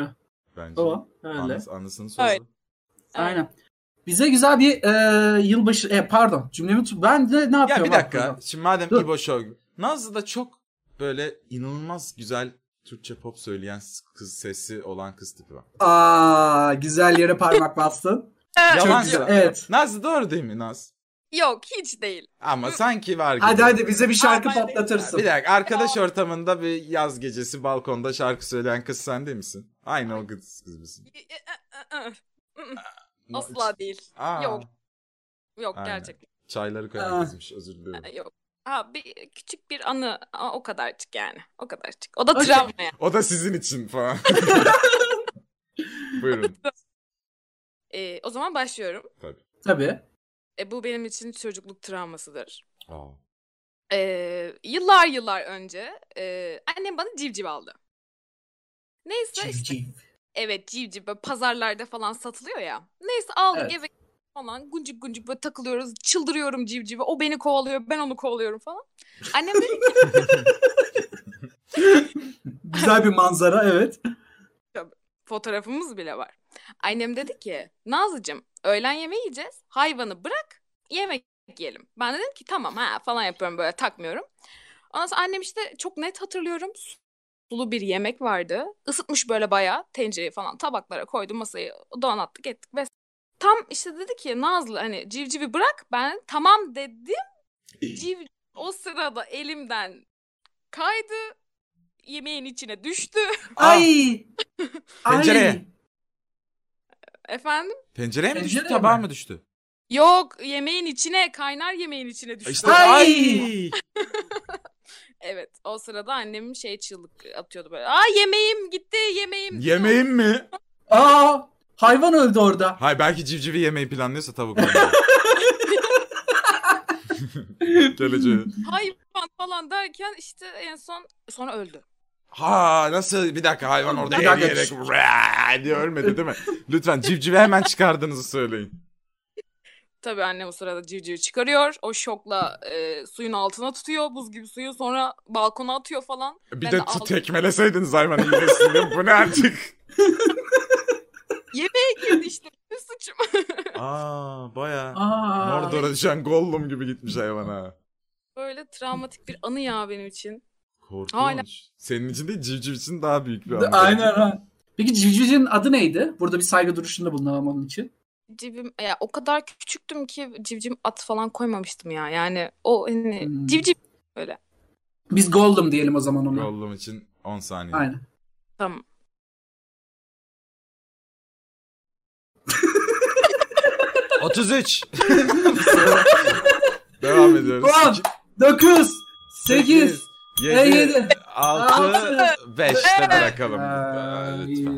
Bence. Tamam. Öyle. Anlas, anlasını Öyle. Aynen. Bize güzel bir e, yılbaşı... E, pardon cümlemi tut. Ben de ne Ya yapıyorum? bir dakika. Pardon. Şimdi madem Dur. İbo Show. Nazlı da çok böyle inanılmaz güzel Türkçe pop söyleyen kız sesi olan kız tipi var. Aa, güzel yere parmak bastın. Evet. Yalan Çok söyle. güzel. Evet. Nazlı doğru değil mi Naz? Yok, hiç değil. Ama sanki var gibi. Hadi hadi bize bir şarkı Aa, ben de- patlatırsın. Bir dakika arkadaş ortamında bir yaz gecesi balkonda şarkı söyleyen kız sen değil misin? Aynı o kız, kız misin? e, Asla değil. Aa, Yok. Yok Aynen. gerçekten Çayları koyan Aa. kızmış özür dilerim. yok. Ha bir küçük bir anı Aa, o kadarcık yani. O kadarcık. O da Okey. travma yani. O da sizin için falan. Buyurun. Ee, o zaman başlıyorum. Tabii. E, bu benim için çocukluk travmasıdır. Aa. Ee, yıllar yıllar önce e, annem bana civciv aldı. Neyse işte Civciv. evet civciv böyle pazarlarda falan satılıyor ya. Neyse aldık Evet. eve falan guncuk guncuk böyle takılıyoruz. Çıldırıyorum civcivi. O beni kovalıyor ben onu kovalıyorum falan. Annem dedi ki Güzel bir manzara evet. fotoğrafımız bile var. Annem dedi ki Nazlıcığım öğlen yemeği yiyeceğiz. Hayvanı bırak yemek yiyelim. Ben de dedim ki tamam ha falan yapıyorum böyle takmıyorum. Ondan sonra annem işte çok net hatırlıyorum sulu bir yemek vardı. Isıtmış böyle bayağı tencereyi falan tabaklara koydu masayı donattık ettik ve tam işte dedi ki Nazlı hani civcivi bırak ben tamam dedim. Civ o sırada elimden kaydı yemeğin içine düştü. Ay. Ay. Pencereye. Efendim Pencereye mi düştü Pencereye tabağa mi? mı düştü? Yok yemeğin içine kaynar yemeğin içine düştü. İşte Ay! ay! Evet o sırada annem şey çığlık atıyordu böyle. Aa yemeğim gitti yemeğim. Yemeğim mi? Aa hayvan öldü orada. Hayır belki civcivi yemeyi planlıyorsa tavuk öldü. Geleceği. Hayvan falan derken işte en son sonra öldü. Ha nasıl bir dakika hayvan orada Bir dakika. eriyerek "Vraa!" diye ölmedi değil mi? Lütfen civcivi hemen çıkardığınızı söyleyin. Tabii annem o sırada civcivi çıkarıyor. O şokla e, suyun altına tutuyor. Buz gibi suyu sonra balkona atıyor falan. Bir Ben de aldım. tekmeleseydiniz hayvanın midesinde bu ne artık? Girdi işte ne suçum. Aa baya. Aa. Mordor'a düşen Gollum gibi gitmiş hayvana. Böyle travmatik bir anı ya benim için. Korkunç. Hala. Senin için değil civciv için daha büyük bir De- anı. Aynen ha. Peki civcivcinin adı neydi? Burada bir saygı duruşunda bulunalım onun için. Civim ya o kadar küçüktüm ki civcim at falan koymamıştım ya. Yani o hani Hmm. civciv Biz Gollum diyelim o zaman ona. Gollum için 10 saniye. Aynen. tamam. Sonra- 33. Devam ediyoruz. Ulan! 9, 8, 7, yedi, 6, altı, 5'te bırakalım. Ay, Lütfen.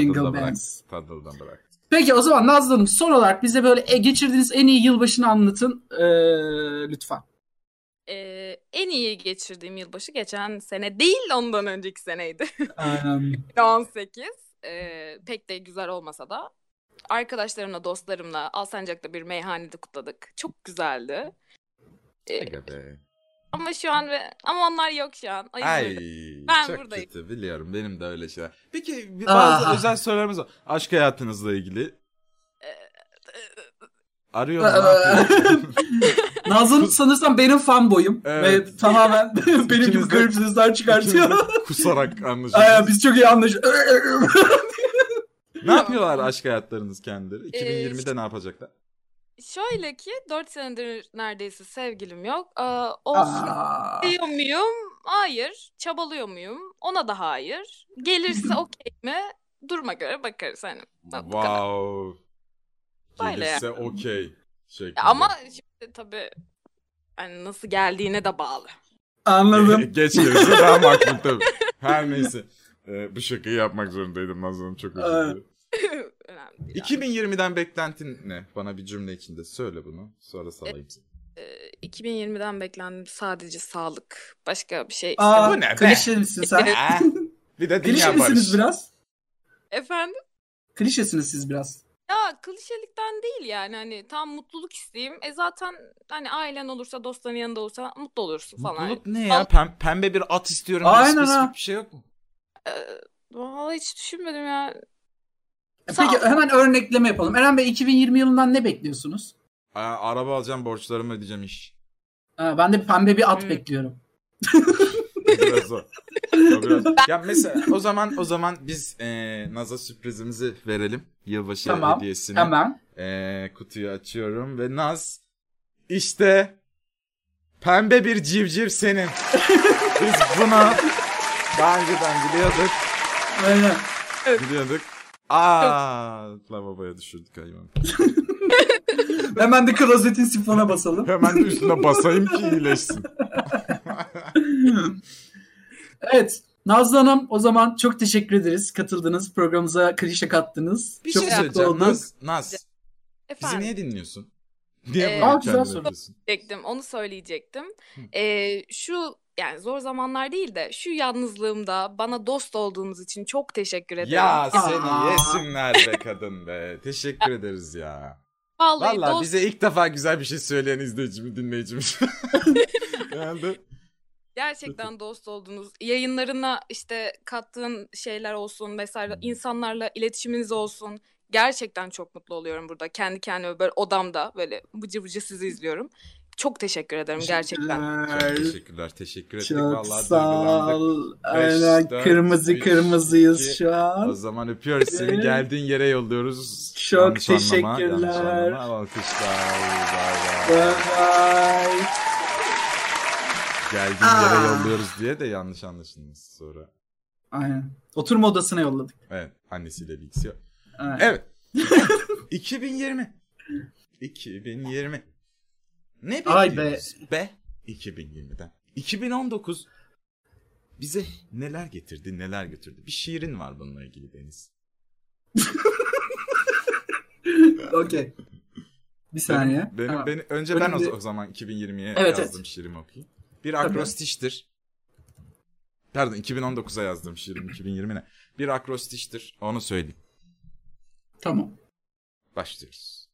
Jingle Tadında bırak. Bells. Tadıldan bırak. Peki o zaman Nazlı Hanım son olarak bize böyle e, geçirdiğiniz en iyi yılbaşını anlatın ee, lütfen. Ee, en iyi geçirdiğim yılbaşı geçen sene değil ondan önceki seneydi. Aynen. 18. Ee, pek de güzel olmasa da arkadaşlarımla, dostlarımla Alsancak'ta bir meyhanede kutladık. Çok güzeldi. Ee, Ege be. ama şu an ve ama onlar yok şu an. Ayıp Ay öyle. Ben çok buradayım. kötü biliyorum benim de öyle şeyler. Peki bir- Aa. bazı özel sorularımız var. Aşk hayatınızla ilgili. Arıyor mu? Ne Ah. yapıyor? Nazlı Hanım sanırsam benim fan boyum. Evet. Ve tamamen benim gibi İkiniz de- garip sesler çıkartıyor. Kusarak anlaşılıyor. Aynen biz çok iyi anlaşıyoruz. ne yapıyorlar aşk hayatlarınız kendileri? Ee, 2020'de ne yapacaklar? Şöyle ki 4 senedir neredeyse sevgilim yok. Ee, olsun Aa. diyor muyum? Hayır. Çabalıyor muyum? Ona da hayır. Gelirse okey mi? Duruma göre bakarız hani. Bu kadar. Wow. Böyle Gelirse okey. şeklinde. Ya Ama şimdi tabii hani nasıl geldiğine de bağlı. Anladım. Geç gelirse daha makbul tabii. Her neyse. Ee, bu şakayı yapmak zorundaydım Nazlı'nım çok özür Evet. dilerim. Önemli değil. 2020'den beklentin ne? Bana bir cümle içinde söyle bunu. Sonra salayım seni. Ee, 2020'den beklendim sadece sağlık. Başka bir şey Aa, istemem. Bu ne be? klişe misin sen? Ha? bir de klişe dünya barışı. misiniz biraz? Efendim? Klişesiniz siz biraz. Ya klişelikten değil yani hani tam mutluluk isteyeyim. E zaten hani ailen olursa dostların yanında olursa mutlu olursun falan. Mutluluk ne Al- ya? Pem- pembe bir at istiyorum. Aynen Aynen spesifik ha. bir şey yok mu? Ee, vallahi hiç düşünmedim ya. E Sağ E, Peki ol. hemen örnekleme yapalım. Eren Bey 2020 yılından ne bekliyorsunuz? Aa, araba alacağım borçlarımı ödeyeceğim iş. Ha, ben de pembe bir at Hmm. bekliyorum. Biraz o. O biraz- Ya mesela o zaman o zaman biz eee Naz'a sürprizimizi verelim. Yılbaşı Tamam, hediyesini. Hemen. Eee, kutuyu açıyorum ve Naz işte pembe bir civciv senin. Biz buna daha önceden biliyorduk. Aynen. Biliyorduk. Aa, lavaboya düşürdük hayvan. Hemen de klozetin sifona basalım. Hemen üstüne basayım ki iyileşsin. evet. Nazlı Hanım o zaman çok teşekkür ederiz. Katıldınız. Programımıza klişe kattınız. Bir çok şey mutlu söyleyeceğim. olduk. Naz, Naz bizi Efendim niye dinliyorsun? Niye Ee, böyle Aa, güzel kendine soru. yapıyorsun? diyecektim. Onu söyleyecektim. Ee, şu yani zor zamanlar değil de şu yalnızlığımda bana dost olduğunuz için çok teşekkür ederim. Ya Aa. seni yesinler be kadın be. Teşekkür ederiz ya. Vallahi Valla dost bize ilk defa güzel bir şey söyleyen izleyicimiz, dinleyicimiz. Geldi. Gerçekten dost oldunuz. Yayınlarına işte kattığın şeyler olsun mesela insanlarla iletişiminiz olsun. Gerçekten çok mutlu oluyorum burada. Kendi kendime böyle odamda böyle bıcı bıcı sizi izliyorum. Çok teşekkür ederim gerçekten. Çok Teşekkürler. teşekkürler. Teşekkür ettik. Çok Vallahi sağ duygulandık. ol. Beş, Aynen dört, kırmızı üç, kırmızıyız iki. şu O an. zaman öpüyoruz seni. Evet. Geldiğin yere yolluyoruz. Çok anlama, yanlış teşekkürler. anlama. Alkışlar. Bay bay. Bye bye. Geldiğin Aa. yere yolluyoruz diye de yanlış anlaşılmış sonra. Aynen. Oturma odasına yolladık. Evet. Annesiyle bilgisi yok. Aynen. Evet. 2020. 2020. Ne Ay bekliyoruz be. 2020'den? 2019 bize neler getirdi neler götürdü. Bir şiirin var bununla ilgili Deniz. Okey. Bir saniye. Benim, Tamam. beni- önce Benim ben o, bir- o zaman 2020'ye Evet, yazdığım şiirimi okuyayım. Bir akrostiştir. Pardon 2019'a yazdığım şiirim 2020'ne. Bir akrostiştir onu söyleyeyim. Tamam. Başlıyoruz.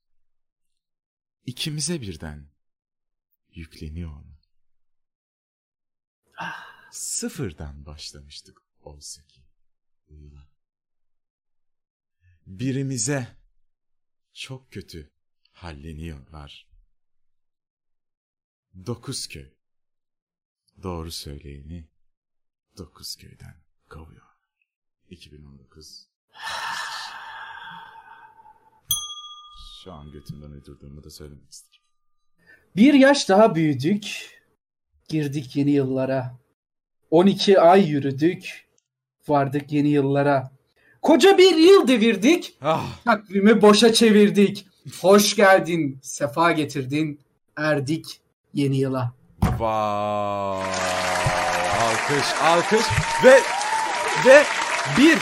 İkimize birden yükleniyor mu? Sıfırdan başlamıştık oysa ki bu yıla. Birimize çok kötü halleniyorlar. Dokuz köy. Doğru söyleyeni dokuz köyden kovuyor. 2019 Şu an götümden uydurduğumu da söylemek isterim. Bir yaş daha büyüdük. Girdik yeni yıllara. 12 ay yürüdük. Vardık yeni yıllara. Koca bir yıl devirdik. Ah, Takvimi boşa çevirdik. Hoş geldin, sefa getirdin. Erdik yeni yıla. vay. Alkış, alkış ve ve bir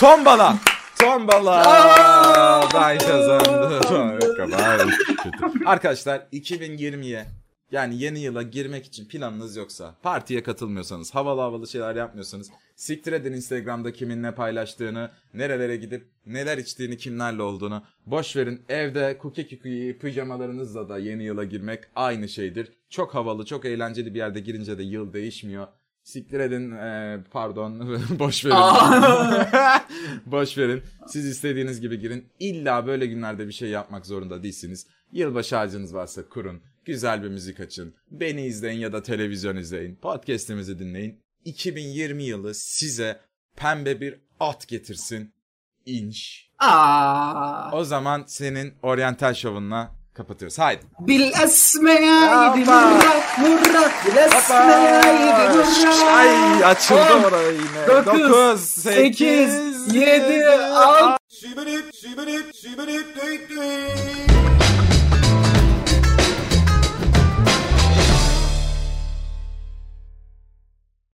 tombala. Tombala. Aa! ben kazandım. Kabahat. Kötü. Arkadaşlar 2020'ye yani yeni yıla girmek için planınız yoksa, partiye katılmıyorsanız, havalı havalı şeyler yapmıyorsanız, siktir edin Instagram'da kimin ne paylaştığını, nerelere gidip neler içtiğini, kimlerle olduğunu. Boş verin evde kuki kuki pijamalarınızla da yeni yıla girmek aynı şeydir. Çok havalı, çok eğlenceli bir yerde girince de yıl değişmiyor. Siktir edin eee, pardon boş verin. Aa. boş verin. Siz istediğiniz gibi girin. İlla böyle günlerde bir şey yapmak zorunda değilsiniz. Yılbaşı ağacınız varsa kurun. Güzel bir müzik açın. Beni izleyin ya da televizyon izleyin. Podcast'imizi dinleyin. 2020 yılı size pembe bir at getirsin. İnş. Aa, O zaman senin oryantal şovunla kapatıyoruz. Haydi. bil esmeyeydi Hoppa. murat murat bil esmeyeydi Hoppa! murat. Ay açıldı On, orayı yine. dokuz, 9, sekiz, yedi, 6. altı. Shibbity, shibbity, shibbity, dee, dee.